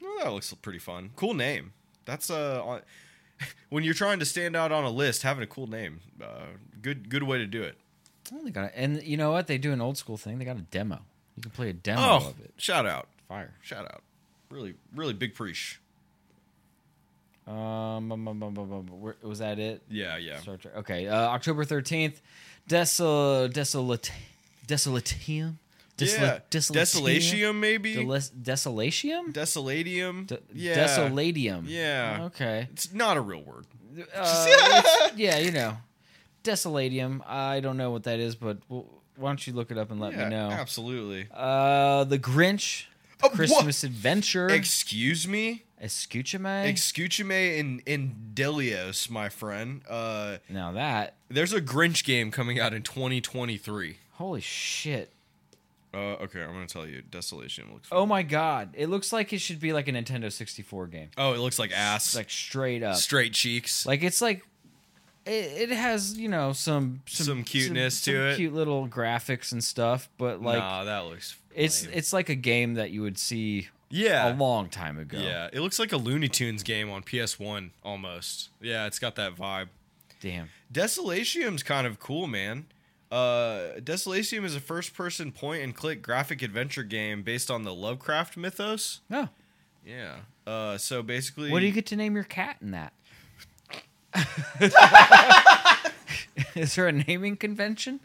Speaker 3: Well, that looks pretty fun. Cool name. That's uh on, (laughs) when you're trying to stand out on a list, having a cool name, uh, good good way to do it.
Speaker 2: Oh, they got a, and you know what? They do an old school thing. They got a demo. You can play a demo
Speaker 3: Oh,
Speaker 2: of it.
Speaker 3: shout out,
Speaker 2: Fire.
Speaker 3: shout out. Really, really big preach.
Speaker 2: Um, um, um, um, um, um, where- was that it?
Speaker 3: Yeah, yeah.
Speaker 2: Star Trek. Okay, uh, October thirteenth, Desol Desolate Desolatium.
Speaker 3: yeah.
Speaker 2: Desolatium.
Speaker 3: Desolatium, maybe.
Speaker 2: Desolatium.
Speaker 3: Desolatium.
Speaker 2: De-
Speaker 3: yeah.
Speaker 2: Desolatium.
Speaker 3: Yeah. (laughs)
Speaker 2: Okay.
Speaker 3: It's not a real word. (laughs)
Speaker 2: Uh, it's- yeah, you know, Desolatium. I don't know what that is, but w why don't you look it up and let
Speaker 3: Yeah,
Speaker 2: me know?
Speaker 3: Absolutely.
Speaker 2: Uh, the Grinch.
Speaker 3: Oh, what?
Speaker 2: Christmas Adventure.
Speaker 3: Excuse me.
Speaker 2: Escuchame.
Speaker 3: Excuchame in in Delios, my friend. Uh,
Speaker 2: now that.
Speaker 3: there's a Grinch game coming out in 2023.
Speaker 2: Holy shit.
Speaker 3: Uh, okay, I'm gonna tell you. Desolation looks.
Speaker 2: Oh my god. It looks like it should be like a Nintendo 64 game.
Speaker 3: Oh, it looks like ass.
Speaker 2: It's like straight up.
Speaker 3: straight cheeks.
Speaker 2: Like it's like it, it has, you know, some
Speaker 3: Some cuteness to it.
Speaker 2: Cute little graphics and stuff, but like
Speaker 3: nah, that looks.
Speaker 2: it's
Speaker 3: lame.
Speaker 2: it's like a game that you would see
Speaker 3: yeah
Speaker 2: a long time ago.
Speaker 3: yeah. It looks like a Looney Tunes game on PS1 almost. Yeah, it's got that vibe.
Speaker 2: Damn.
Speaker 3: Desolatium's kind of cool, man. Uh, Desolatium is a first-person point-and-click graphic adventure game based on the Lovecraft mythos.
Speaker 2: No.
Speaker 3: Yeah. Uh, so basically,
Speaker 2: What do you get to name your cat
Speaker 3: (laughs)
Speaker 2: in that? (laughs) Is there a naming convention?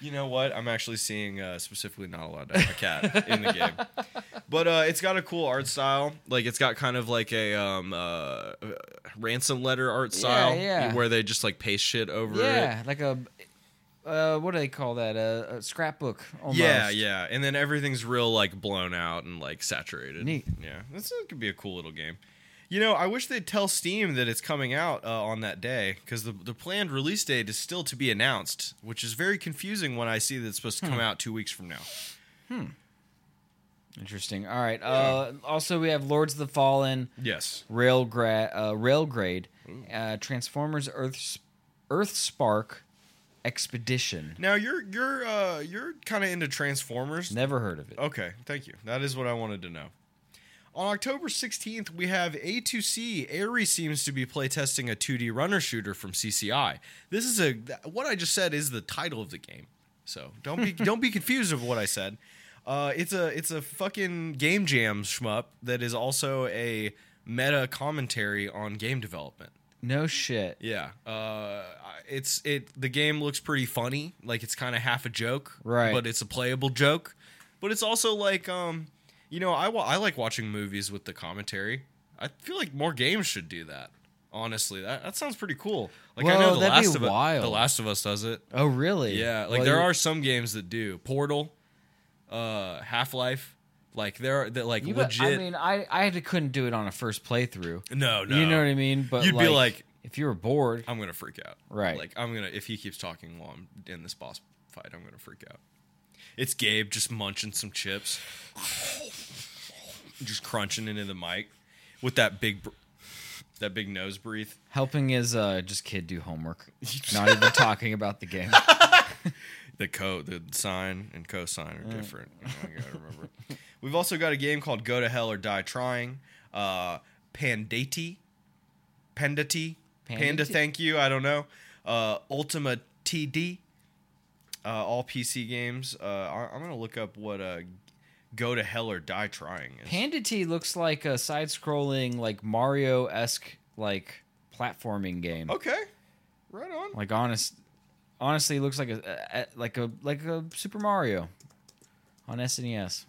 Speaker 3: You know what? I'm actually seeing uh, specifically not allowed to have a cat in the game,
Speaker 2: (laughs)
Speaker 3: but uh, it's got a cool art style. Like it's got kind of like a um, uh, ransom letter art style
Speaker 2: yeah.
Speaker 3: where they just like paste shit over
Speaker 2: Yeah,
Speaker 3: it.
Speaker 2: like a uh, what do they call that? A, a scrapbook. Almost.
Speaker 3: Yeah, yeah, and then everything's real like blown out and like saturated.
Speaker 2: Neat.
Speaker 3: Yeah, this is- could be a cool little game. You know, I wish they'd tell Steam that it's coming out uh, on that day because the the planned release date is still to be announced, which is very confusing when I see that it's supposed to come
Speaker 2: Hmm.
Speaker 3: out two weeks from now.
Speaker 2: Interesting. All right. Uh, also, we have Lords of the Fallen,
Speaker 3: Yes.
Speaker 2: Railgra- uh, Railgrade, uh, Transformers Earth Earth Spark Expedition.
Speaker 3: Now you're you're uh you're kind of into Transformers.
Speaker 2: Never heard of it.
Speaker 3: Okay, thank you. That is what I wanted to know. On October 16th, we have A2C. Ares seems to be playtesting a 2D runner shooter from CCI. This is a th- what I just said is the title of the game. So, don't be don't be confused of what I said. Uh, it's a it's a fucking game jam shmup that is also a meta commentary on game development.
Speaker 2: No shit.
Speaker 3: Yeah, uh, it's it. The game looks pretty funny. Like it's kind of half a joke,
Speaker 2: Right.
Speaker 3: But it's a playable joke. But it's also like, um, you know, I wa- I like watching movies with the commentary. I feel like more games should do that. Honestly, that, that sounds pretty cool. Like I
Speaker 2: Well,
Speaker 3: know the
Speaker 2: that'd be
Speaker 3: Last of Us,
Speaker 2: wild.
Speaker 3: the Last of Us does it.
Speaker 2: Oh, really?
Speaker 3: Yeah, like
Speaker 2: Well,
Speaker 3: there
Speaker 2: you-
Speaker 3: are some games that do Portal, uh, Half Life. Like there are that like
Speaker 2: you-
Speaker 3: legit.
Speaker 2: I mean, I I had to- couldn't do it on a first playthrough.
Speaker 3: no, no,
Speaker 2: You know what I mean? But
Speaker 3: You'd be like-
Speaker 2: if you were bored,
Speaker 3: I'm gonna freak out.
Speaker 2: Right.
Speaker 3: Like I'm gonna if he keeps talking while I'm in this boss fight, I'm gonna freak out. It's (sighs) Gabe just munching some chips, just crunching into the mic. with that big, br- that big nose breathe.
Speaker 2: Helping is uh, just kid
Speaker 3: (laughs)
Speaker 2: do homework. Not even talking about the game.
Speaker 3: The co the sign and cosine are different. You know, I gotta remember. (laughs) We've also got a game called Go to Hell or Die Trying. Uh, Pandati, Pandati, Panda.
Speaker 2: Pandati?
Speaker 3: Thank you. I don't know. Uh, Ultima TD. Uh, all PC games. Uh, I- I'm gonna look up what uh, Go to Hell or Die Trying is.
Speaker 2: Pandity looks like a side-scrolling, like Mario-esque, like platforming game.
Speaker 3: okay, right on.
Speaker 2: Like honest, honestly, it looks like a, a like a like a Super Mario on SNES.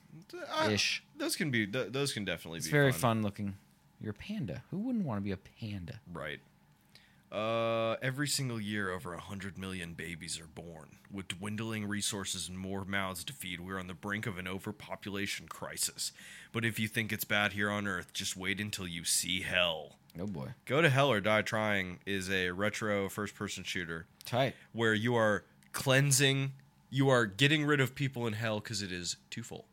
Speaker 3: I-
Speaker 2: Ish.
Speaker 3: Those can Ah. be. th- those can definitely
Speaker 2: It's
Speaker 3: be.
Speaker 2: very
Speaker 3: fun.
Speaker 2: fun looking. You're a panda. Who wouldn't want to be a panda?
Speaker 3: Right. Uh, every single year, over 100 million babies are born. With dwindling resources and more mouths to feed, we're on the brink of an overpopulation crisis. But if you think it's bad here on Earth, just wait until you see hell.
Speaker 2: Oh boy,
Speaker 3: Go to Hell or Die Trying is a retro first person shooter
Speaker 2: tight.
Speaker 3: where you are cleansing, you are getting rid of people in hell because it is too full.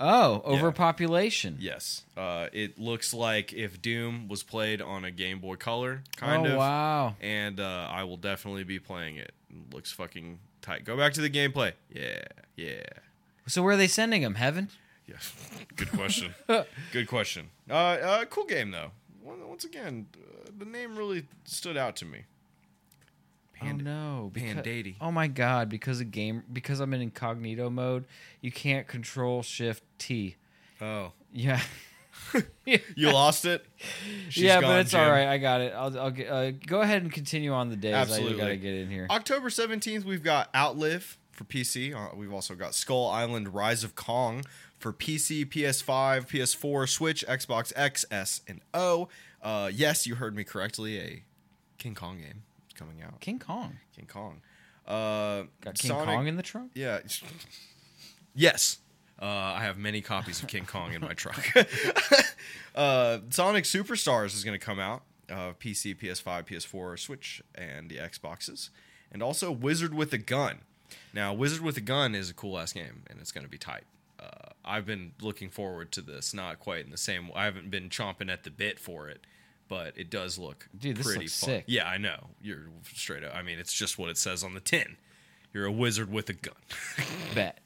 Speaker 2: Oh, overpopulation.
Speaker 3: Yes. Uh, it looks like if Doom was played on a Game Boy Color,
Speaker 2: Oh
Speaker 3: kind of.
Speaker 2: wow.
Speaker 3: and uh, I will definitely be playing it. It Looks fucking tight. Go back to the gameplay. Yeah, yeah,
Speaker 2: So where are they sending him? Heaven?
Speaker 3: yeah. (laughs) Good (laughs) question. Good question. Uh, uh, cool game though. Once once again, uh, the name really stood out to me. Pand-
Speaker 2: oh no, becau-
Speaker 3: Pandati.
Speaker 2: Oh my god, because of game, because I'm in incognito mode, you can't control shift T.
Speaker 3: Oh, (laughs)
Speaker 2: Yeah,
Speaker 3: you lost (laughs) it. She's
Speaker 2: yeah,
Speaker 3: gone,
Speaker 2: but it's
Speaker 3: Jim.
Speaker 2: all right. I got it. I'll, I'll get, uh, go ahead and continue on the days. I
Speaker 3: Absolutely. Uh,
Speaker 2: gotta get in here.
Speaker 3: October 17th, we've got Outlive for PC. Uh, we've also got Skull Island Rise of Kong for PC, PS5, PS4, Switch, Xbox X, S, and O. Uh, yes, you heard me correctly. A King Kong game is coming out.
Speaker 2: King Kong
Speaker 3: King Kong. Uh,
Speaker 2: got King
Speaker 3: Sonic-
Speaker 2: Kong in the trunk.
Speaker 3: Yeah. (laughs) yes. Uh, I have many copies of King Kong in my truck. (laughs) uh, Sonic Superstars is going to come out uh, PC, PS5, PS4, Switch, and the Xboxes. And also Wizard with a Gun. Now, Wizard with a Gun is a cool ass game, and it's going to be tight. Uh, I've been looking forward to this, not quite in the same. I haven't been chomping at the bit for it, but it does look
Speaker 2: Dude, this
Speaker 3: pretty
Speaker 2: looks
Speaker 3: fun.
Speaker 2: sick.
Speaker 3: Yeah, I know. You're straight up. I mean, it's just what it says on the tin. You're a wizard with a gun. (laughs)
Speaker 2: Bet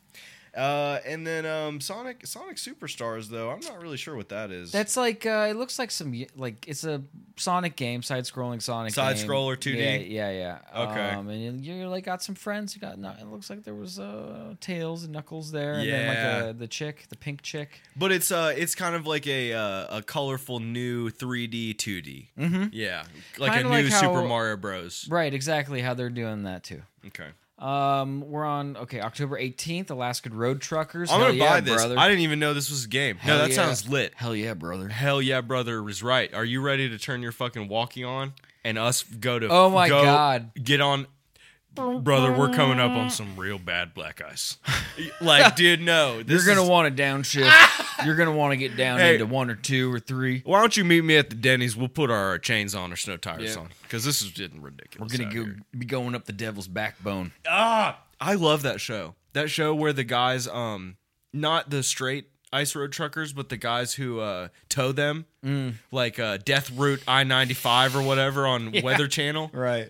Speaker 3: Uh, and then um, Sonic Sonic Superstars though I'm not really sure what that is.
Speaker 2: that's like uh, it looks like some y- like it's a Sonic game, side scrolling Sonic.
Speaker 3: Side
Speaker 2: game.
Speaker 3: scroller 2D?
Speaker 2: Yeah, yeah, yeah.
Speaker 3: Okay.
Speaker 2: Um, and you, you like got some friends. You got no, it looks like there was uh, tails and knuckles there, and then
Speaker 3: Yeah.
Speaker 2: like uh, the chick, the pink chick.
Speaker 3: but it's uh it's kind of like a uh, a colorful new 3D 2D. Mm-hmm. Yeah, like
Speaker 2: Kinda
Speaker 3: a
Speaker 2: like
Speaker 3: new
Speaker 2: how-
Speaker 3: Super Mario Bros.
Speaker 2: Right, exactly how they're doing that too.
Speaker 3: Okay,
Speaker 2: Um, we're on okay October eighteenth, Alaskan Road Truckers.
Speaker 3: I'm
Speaker 2: Hell
Speaker 3: gonna
Speaker 2: yeah,
Speaker 3: buy this.
Speaker 2: brother.
Speaker 3: I didn't even know this was a game.
Speaker 2: Hell
Speaker 3: no, that
Speaker 2: yeah.
Speaker 3: sounds lit.
Speaker 2: Hell yeah, brother!
Speaker 3: Hell yeah, brother was right. Are you ready to turn your fucking walkie on and us go to?
Speaker 2: Oh my
Speaker 3: go-
Speaker 2: God.
Speaker 3: Get on. Brother, we're coming up on some real bad black
Speaker 2: (laughs)
Speaker 3: ice. like, dude, no. This
Speaker 2: You're gonna
Speaker 3: is-
Speaker 2: want
Speaker 3: (laughs)
Speaker 2: to downshift. You're gonna want to get down
Speaker 3: Hey.
Speaker 2: into one or two or three.
Speaker 3: Why don't you meet me at the Denny's? We'll put our chains on or snow tires
Speaker 2: Yeah.
Speaker 3: on because this is getting ridiculous.
Speaker 2: We're gonna
Speaker 3: out
Speaker 2: go,
Speaker 3: here.
Speaker 2: be going up the devil's backbone.
Speaker 3: Ah, I love that show. That show where the guys, um, not the straight ice road truckers, but the guys who uh, tow them, like uh, Death Route I ninety five or whatever (laughs) on Weather Channel.
Speaker 2: Right.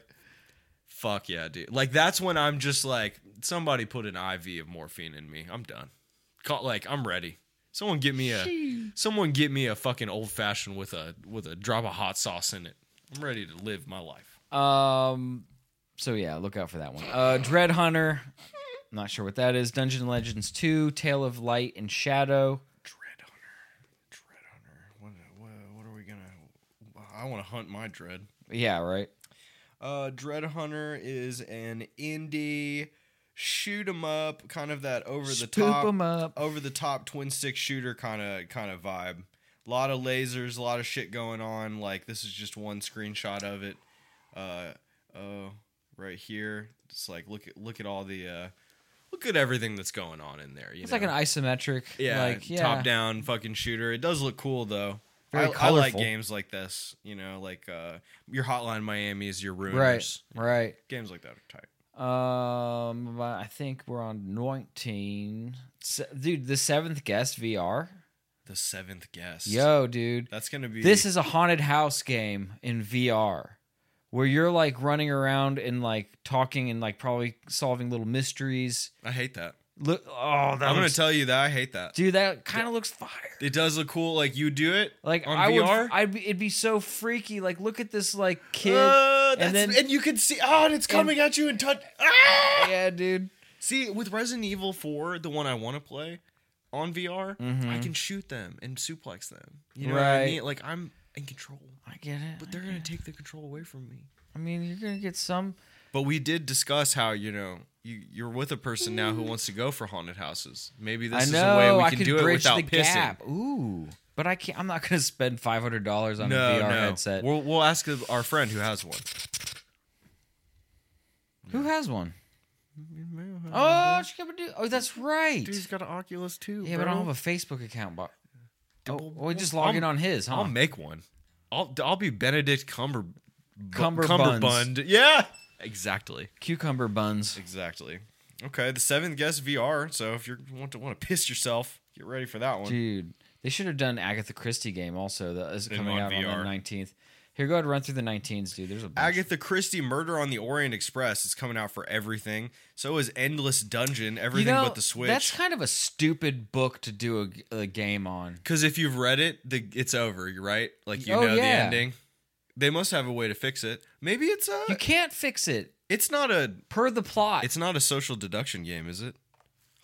Speaker 3: Fuck yeah, dude! Like that's when I'm just like, somebody put an IV of morphine in me. I'm done. Call, like I'm ready. Someone get me a, someone get me a fucking old fashioned with a with a drop of hot sauce in it. I'm ready to live my life.
Speaker 2: Um. So yeah, look out for that one. Uh, Dread Hunter. Not sure what that is. Dungeon Legends Two: Tale of Light and Shadow.
Speaker 3: Dread hunter, dread hunter. What, what, what are we gonna? I want to hunt my dread.
Speaker 2: Yeah. Right.
Speaker 3: Uh, Dread Hunter is an indie shoot 'em up, kind of that over the
Speaker 2: Spoop
Speaker 3: top,
Speaker 2: 'em up.
Speaker 3: over the top twin stick shooter kind of kind of vibe. A lot of lasers, a lot of shit going on. Like this is just one screenshot of it. Uh, oh, right here. It's like look at look at all the uh, look at everything that's going on in there. You
Speaker 2: It's
Speaker 3: know?
Speaker 2: like an isometric.
Speaker 3: yeah,
Speaker 2: Like yeah.
Speaker 3: top down fucking shooter. It does look cool though.
Speaker 2: Very
Speaker 3: I, I like
Speaker 2: colorful.
Speaker 3: games like this, you know, like uh, your Hotline Miami is your ruiners
Speaker 2: Right. Right.
Speaker 3: games like that are tight.
Speaker 2: Um, I think we're on 19. Se- Dude, the seventh guest VR.
Speaker 3: The seventh guest.
Speaker 2: Yo, dude.
Speaker 3: That's gonna be
Speaker 2: This is a haunted house game in VR where you're like running around and like talking and like probably solving little mysteries.
Speaker 3: I hate that.
Speaker 2: Look, oh, that
Speaker 3: I'm gonna
Speaker 2: looks-
Speaker 3: tell you that I hate that.
Speaker 2: dude, that kind of looks fire.
Speaker 3: It does look cool, like you do it
Speaker 2: Like
Speaker 3: on
Speaker 2: I
Speaker 3: VR.
Speaker 2: would, I'd be, it'd be so freaky. Like, look at this like kid,
Speaker 3: Uh,
Speaker 2: and
Speaker 3: that's-
Speaker 2: then
Speaker 3: and you can see oh and it's coming at you and touch ah!
Speaker 2: yeah, dude.
Speaker 3: see with Resident Evil 4 the one I want to play on VR I can shoot them and suplex them you know what I
Speaker 2: Mm-hmm. Right.
Speaker 3: mean like I'm in control
Speaker 2: I get it.
Speaker 3: but they're gonna take the control away from me
Speaker 2: I mean, you're gonna get some.
Speaker 3: but we did discuss how you know you, you're with a person now who wants to go for haunted houses maybe this
Speaker 2: I
Speaker 3: is
Speaker 2: know.
Speaker 3: a way we
Speaker 2: I
Speaker 3: can
Speaker 2: could
Speaker 3: do it
Speaker 2: bridge
Speaker 3: without
Speaker 2: the
Speaker 3: pissing
Speaker 2: gap. Ooh, but I can't. I'm not gonna spend five hundred dollars on
Speaker 3: no
Speaker 2: a
Speaker 3: no
Speaker 2: VR headset.
Speaker 3: we'll, we'll ask our friend who has one
Speaker 2: Who has one? Oh, Chickabadoo. oh, that's right.
Speaker 3: got an Oculus too
Speaker 2: yeah, but I don't have a Facebook account. But oh, well, just log
Speaker 3: I'm-
Speaker 2: in on his, huh?
Speaker 3: I'll make one. I'll I'll be Benedict Cumber
Speaker 2: Cumberbunds.
Speaker 3: Cumberbund. Yeah. Exactly.
Speaker 2: Cucumber buns.
Speaker 3: Exactly. Okay, the seventh guest VR. So if you want to want to piss yourself, get ready for that one.
Speaker 2: Dude, they should have done Agatha Christie game also that is
Speaker 3: Been
Speaker 2: coming
Speaker 3: on
Speaker 2: out on
Speaker 3: VR.
Speaker 2: the nineteenth. Here, go ahead and run through the nineteens, dude. There's a bunch.
Speaker 3: Agatha Christie Murder on the Orient Express is coming out for everything. So is Endless Dungeon, everything
Speaker 2: you know,
Speaker 3: but the
Speaker 2: That's
Speaker 3: Switch.
Speaker 2: kind of a stupid book to do a, a game on.
Speaker 3: Because if you've read it, the it's over. You're right. Like you
Speaker 2: Oh,
Speaker 3: know the
Speaker 2: yeah.
Speaker 3: ending. They must have a way to fix it. Maybe it's a.
Speaker 2: You can't fix it
Speaker 3: it's not a.
Speaker 2: per the plot.
Speaker 3: It's not a social deduction game, is it?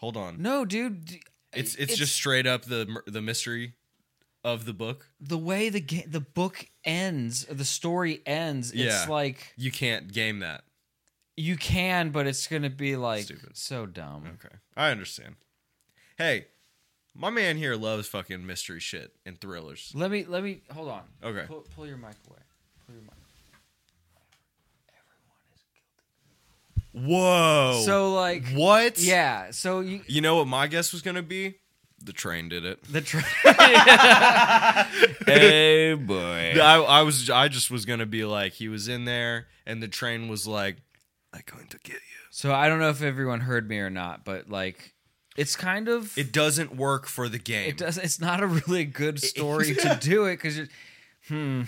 Speaker 3: Hold on.
Speaker 2: no, dude. d-
Speaker 3: It's it's, just straight up the mur- the mystery of the book.
Speaker 2: the way the ga- the book ends, the story ends.
Speaker 3: Yeah.
Speaker 2: It's like
Speaker 3: You can't game that.
Speaker 2: you can, but it's gonna be like
Speaker 3: Stupid.
Speaker 2: so dumb.
Speaker 3: Okay, I understand. Hey, my man here loves fucking mystery shit and thrillers.
Speaker 2: Let me let me hold on.
Speaker 3: Okay.
Speaker 2: Pull, pull your mic away. Pull your mic.
Speaker 3: Whoa.
Speaker 2: So like
Speaker 3: Oh. what?
Speaker 2: yeah. So you
Speaker 3: You know what my guess was gonna be? The train did it.
Speaker 2: the tra-
Speaker 3: hey boy. (laughs) I, I was I just was gonna be like he was in there and the train was like, I'm going to get you.
Speaker 2: (laughs) so I don't know if everyone heard me or not, but like it's kind of
Speaker 3: It doesn't work for the game.
Speaker 2: it does it's not a
Speaker 3: (laughs)
Speaker 2: really good story to do it because you're hmm.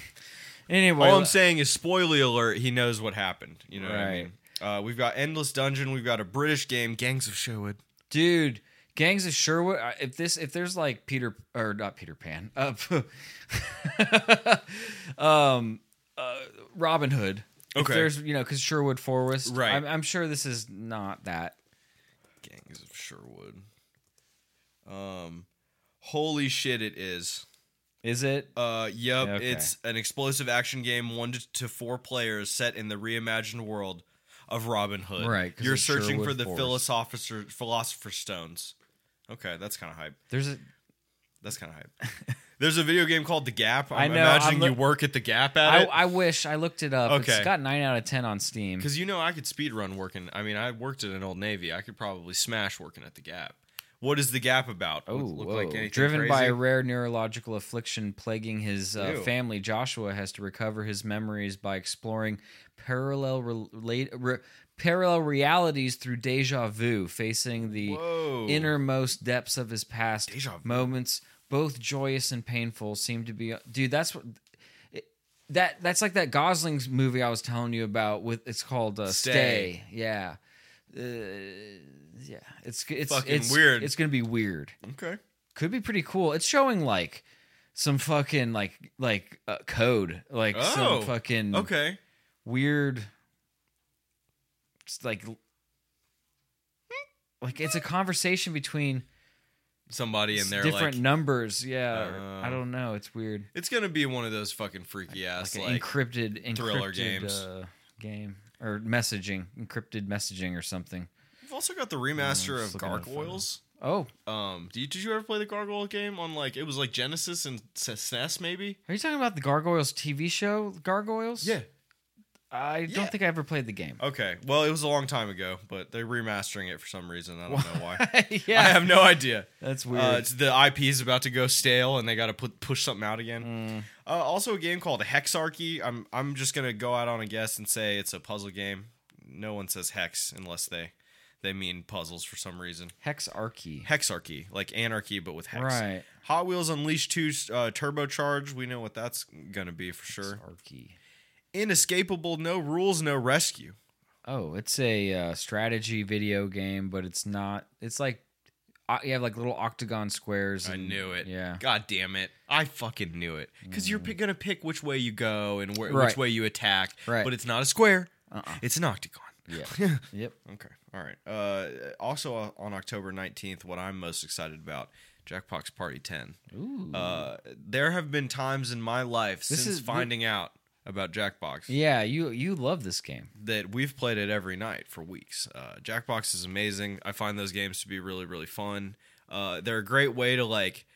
Speaker 2: Anyway,
Speaker 3: All I'm saying is, spoiler alert, he knows what happened. You know what I
Speaker 2: Right.
Speaker 3: mean? Uh, we've got Endless Dungeon. We've got a British game, Gangs of Sherwood.
Speaker 2: dude gangs of sherwood I- if this if there's like peter or not peter pan uh, (laughs) um uh, robin hood If
Speaker 3: Okay.
Speaker 2: there's you know because sherwood forest
Speaker 3: Right.
Speaker 2: I'm, I'm sure this is not that
Speaker 3: Gangs of Sherwood. Um, holy shit, it is.
Speaker 2: is it
Speaker 3: Uh, yep,
Speaker 2: Okay.
Speaker 3: it's an explosive action game, one to- to four players, set in the reimagined world of Robin Hood.
Speaker 2: Right, 'cause
Speaker 3: You're
Speaker 2: it's
Speaker 3: searching for
Speaker 2: Sherwood
Speaker 3: the
Speaker 2: Forest.
Speaker 3: philosopher philosopher stones. Okay, that's kind of hype.
Speaker 2: there's a
Speaker 3: That's kind of hype. (laughs) There's a video game called The Gap. I'm
Speaker 2: I know,
Speaker 3: imagining
Speaker 2: I'm
Speaker 3: you
Speaker 2: look-
Speaker 3: work at The Gap at
Speaker 2: I,
Speaker 3: it.
Speaker 2: I wish i looked it up
Speaker 3: Okay.
Speaker 2: it's got 9 out of 10 on steam
Speaker 3: Because you know, I could speed run working. I mean, I worked at an old Navy. I could probably smash working at the Gap. What is the Gap about?
Speaker 2: Oh,
Speaker 3: Look- look
Speaker 2: whoa.
Speaker 3: like anything
Speaker 2: driven by
Speaker 3: crazy?
Speaker 2: a rare neurological affliction plaguing his uh,
Speaker 3: Ew.
Speaker 2: family, Joshua has to recover his memories by exploring parallel relate, re, parallel realities through deja vu, facing the
Speaker 3: Whoa.
Speaker 2: innermost depths of his past
Speaker 3: Deja vu.
Speaker 2: moments, both joyous and painful, seem to be. Dude, that's what. it- That that's like that Gosling's movie I was telling you about with it's called uh,
Speaker 3: Stay.
Speaker 2: Stay. Yeah, uh, yeah. It's it's
Speaker 3: Fucking
Speaker 2: it's
Speaker 3: weird.
Speaker 2: It's gonna be weird
Speaker 3: Okay.
Speaker 2: could be pretty cool. It's showing like some fucking like like uh, code, like
Speaker 3: Oh,
Speaker 2: some fucking
Speaker 3: Okay.
Speaker 2: weird. It's like like it's a conversation between
Speaker 3: Somebody in there.
Speaker 2: different
Speaker 3: Like,
Speaker 2: numbers. Yeah, or-
Speaker 3: Uh,
Speaker 2: I don't know. It's weird.
Speaker 3: it's gonna be one of those fucking freaky ass
Speaker 2: Like,
Speaker 3: like,
Speaker 2: an encrypted,
Speaker 3: thriller
Speaker 2: encrypted,
Speaker 3: games.
Speaker 2: uh, game or messaging, encrypted messaging or something.
Speaker 3: We've also got the remaster
Speaker 2: Oh, I'm
Speaker 3: of
Speaker 2: just looking at the
Speaker 3: Gargoyles.
Speaker 2: Oh,
Speaker 3: Um, did you, did you ever play the Gargoyle game on like it was like Genesis and S- SNES maybe?
Speaker 2: are you talking about the Gargoyles TV show? Gargoyles? I don't
Speaker 3: Yeah.
Speaker 2: think I ever played the game.
Speaker 3: Okay. Well, it was a long time ago, but they're remastering it for some reason. I don't know why.
Speaker 2: (laughs) yeah,
Speaker 3: Oh, I have no
Speaker 2: (laughs)
Speaker 3: idea.
Speaker 2: that's weird.
Speaker 3: Uh, it's the IP is about to go stale, and they got to put push something out
Speaker 2: Mm.
Speaker 3: again. Uh, also, a game called Hexarchy. I'm I'm just gonna go out on a guess and say it's a puzzle game. No one says hex unless they They mean puzzles for some reason.
Speaker 2: Hexarchy.
Speaker 3: Hexarchy, like anarchy, but with hex.
Speaker 2: Right.
Speaker 3: Hot Wheels Unleashed 2 uh, Turbocharge. We know what that's going to be for sure.
Speaker 2: Hexarchy.
Speaker 3: Inescapable, no rules, no rescue.
Speaker 2: Oh, it's a uh, strategy video game, but it's not. It's like uh, you have like little octagon squares.
Speaker 3: I
Speaker 2: and-
Speaker 3: knew it. (laughs)
Speaker 2: Yeah. Mm.
Speaker 3: God damn it. I fucking knew it. Because you're p- going to pick which way you go and wh-
Speaker 2: Right.
Speaker 3: which way you attack.
Speaker 2: Right. Uh-uh.
Speaker 3: But it's not a square, it's an octagon.
Speaker 2: Yeah. yep.
Speaker 3: (laughs) Okay. All right. Uh, also uh, on October 19th, what I'm most excited about Jackpox Party 10.
Speaker 2: Ooh.
Speaker 3: Uh, there have been times in my life
Speaker 2: This
Speaker 3: since
Speaker 2: is-
Speaker 3: finding out about Jackbox
Speaker 2: Yeah. You you love this game.
Speaker 3: that we've played it every night for weeks. Uh, Jackbox is amazing. I find those games to be really, really fun. Uh, they're a great way to like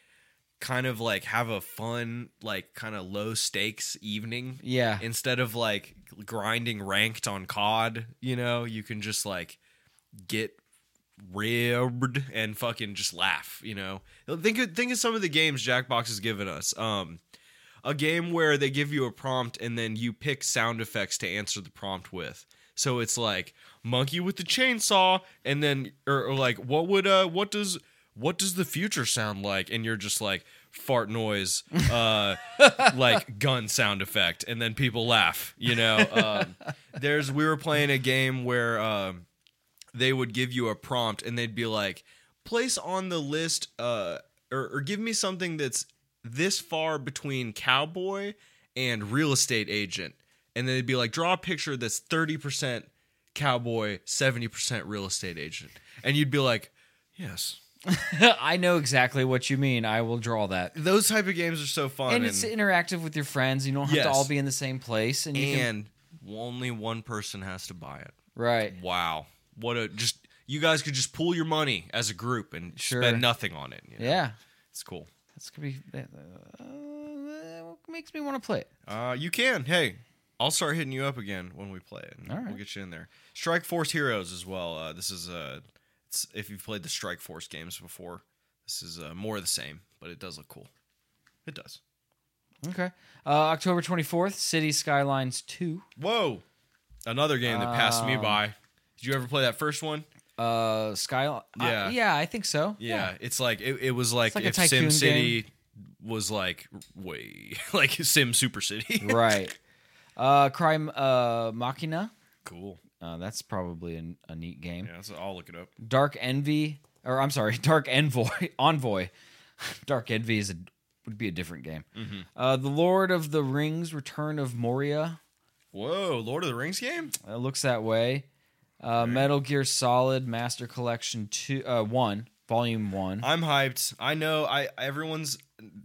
Speaker 3: kind of like have a fun, like kind of low stakes evening.
Speaker 2: Yeah.
Speaker 3: Instead of like grinding ranked on COD, you know, you can just like get ribbed and fucking just laugh, you know. Think of, think of some of the games Jackbox has given us. Um a game where they give you a prompt and then you pick sound effects to answer the prompt with. So it's like monkey with the chainsaw, and then or, or like what would uh what does what does the future sound like? And you're just like fart noise, (laughs) uh, like gun sound effect, and then people laugh. You (laughs) know, um, there's we were playing a game where. Um, they would give you a prompt and they'd be like, place on the list uh, or, or give me something that's this far between cowboy and real estate agent. And then they'd be like, draw a picture that's 30% cowboy, 70% real estate agent. And you'd be like, yes.
Speaker 2: (laughs) I know exactly what you mean. I will draw that.
Speaker 3: Those type of games are so fun.
Speaker 2: And it's interactive with your friends. You don't have
Speaker 3: Yes.
Speaker 2: to all be in the same place. And you can,
Speaker 3: and only one person has to buy it.
Speaker 2: right.
Speaker 3: Wow. What a just, you guys could just pool your money as a group and
Speaker 2: Sure.
Speaker 3: spend nothing on it. you know?
Speaker 2: Yeah.
Speaker 3: It's cool.
Speaker 2: That's gonna be. that, Uh, uh, makes me want to play it.
Speaker 3: Uh, you can. Hey, I'll start hitting you up again when we play it. and
Speaker 2: All
Speaker 3: We'll
Speaker 2: right.
Speaker 3: get you in there. Strike Force Heroes as well. Uh, this is uh, it's, if you've played the Strike Force games before, this is uh, more of the same, but it does look cool. It does.
Speaker 2: Okay. Uh, October twenty fourth, City Skylines two.
Speaker 3: Whoa, another game that passed
Speaker 2: Um,
Speaker 3: me by. Did you ever play that first one?
Speaker 2: Uh, Sky.
Speaker 3: Yeah.
Speaker 2: I, yeah, I think so.
Speaker 3: Yeah, it's like it, it was like,
Speaker 2: like a
Speaker 3: if Sim
Speaker 2: tycoon
Speaker 3: City was like way (laughs) like Sim Super City.
Speaker 2: (laughs) right. Uh, Crime uh, Machina.
Speaker 3: cool.
Speaker 2: Uh, that's probably an, a neat game.
Speaker 3: Yeah, that's, I'll look it up.
Speaker 2: Dark Envy, or I'm sorry, (laughs) Dark Envoy, Envoy. (laughs) Dark Envy is a, would be a different game.
Speaker 3: Mm-hmm.
Speaker 2: Uh, the Lord of the Rings: Return of Moria
Speaker 3: Whoa, Lord of the Rings game.
Speaker 2: uh, looks that way. Uh, Metal Gear Solid Master Collection two, uh, one, volume one.
Speaker 3: I'm hyped. I know I everyone's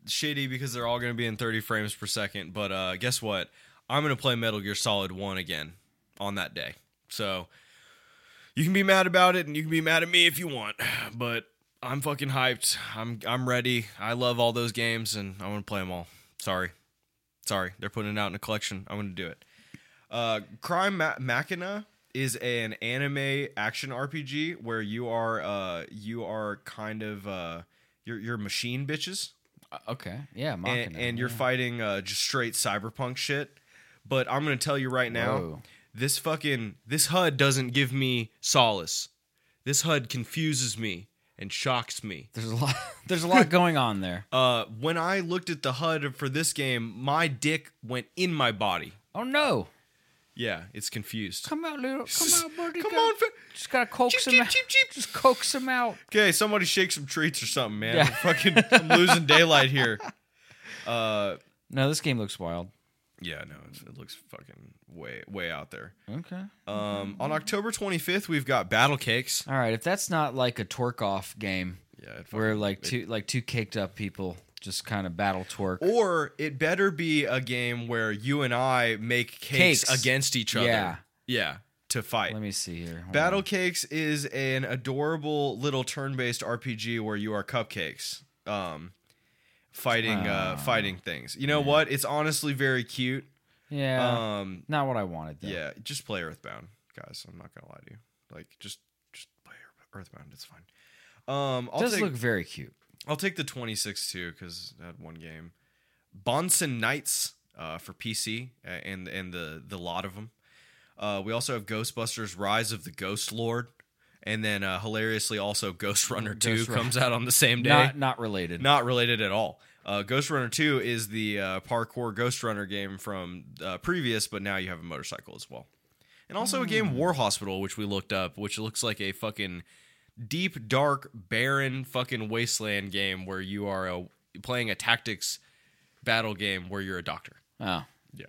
Speaker 3: shitty because they're all going to be in 30 frames per second, but uh guess what? I'm going to play Metal Gear Solid 1 again on that day. So you can be mad about it and you can be mad at me if you want, but I'm fucking hyped. I'm I'm ready. I love all those games and I want to play them all. Sorry. Sorry. They're putting it out in a collection. I'm going to do it. Uh, Crime Ma- Machina is an anime action RPG where you are uh you are kind of uh you're, you're machine bitches
Speaker 2: Okay, yeah,
Speaker 3: and,
Speaker 2: Machina.
Speaker 3: and you're
Speaker 2: yeah.
Speaker 3: fighting uh just straight cyberpunk shit. But I'm gonna tell you right now,
Speaker 2: Whoa.
Speaker 3: this fucking this HUD doesn't give me solace. This HUD confuses me and shocks me.
Speaker 2: There's a lot. (laughs) There's
Speaker 3: (laughs)
Speaker 2: a lot going on there.
Speaker 3: Uh, when I looked at the HUD for this game, my dick went in my body.
Speaker 2: Oh no!
Speaker 3: Yeah, it's confused.
Speaker 2: Come out, little. Come out, buddy.
Speaker 3: Come
Speaker 2: gotta-
Speaker 3: on, fa-
Speaker 2: Just gotta coax
Speaker 3: Cheep,
Speaker 2: him out.
Speaker 3: cheep, cheep, cheep.
Speaker 2: Just coax him out.
Speaker 3: Okay, somebody shake some treats or something, man.
Speaker 2: Yeah.
Speaker 3: I'm fucking I'm
Speaker 2: (laughs)
Speaker 3: losing daylight here. Uh,
Speaker 2: No, this game looks wild.
Speaker 3: yeah, no, it's, it looks fucking way way out there.
Speaker 2: Okay.
Speaker 3: Um, on October 25th, we've got Battle Cakes.
Speaker 2: All right, if that's not like a twerk off game
Speaker 3: Yeah, it
Speaker 2: where like two like two caked up people just kind of battle twerk.
Speaker 3: or it better be a game where you and I make cakes,
Speaker 2: Cakes.
Speaker 3: against each other.
Speaker 2: Yeah.
Speaker 3: yeah, to fight.
Speaker 2: Let me see here. Hold
Speaker 3: Battle
Speaker 2: on.
Speaker 3: Cakes is an adorable little turn-based RPG where you are cupcakes, um, fighting uh,
Speaker 2: Ah.
Speaker 3: fighting things. You know what? It's honestly very cute.
Speaker 2: Yeah.
Speaker 3: Um,
Speaker 2: not what I wanted though.
Speaker 3: yeah, just play Earthbound, guys. I'm not gonna lie to you. Like, just just play Earth- Earthbound. It's fine. Um, I'll
Speaker 2: It does
Speaker 3: take
Speaker 2: look very cute.
Speaker 3: I'll take the 26 too because I had one game, Bonson Knights uh, for PC uh, and and the the lot of them. Uh, we also have Ghostbusters: Rise of the Ghost Lord, and then uh, hilariously also Ghost Runner Two
Speaker 2: Ghost Runner.
Speaker 3: comes out on the same day.
Speaker 2: Not not related.
Speaker 3: Not related at all. Uh, Ghost Runner Two is the uh, parkour Ghost Runner game from uh, previous, but now you have a motorcycle as well, and also a game War Hospital, which we looked up, which looks like a fucking deep, dark, barren fucking wasteland game where you are a, playing a tactics battle game where you're a doctor.
Speaker 2: Oh.
Speaker 3: Yeah.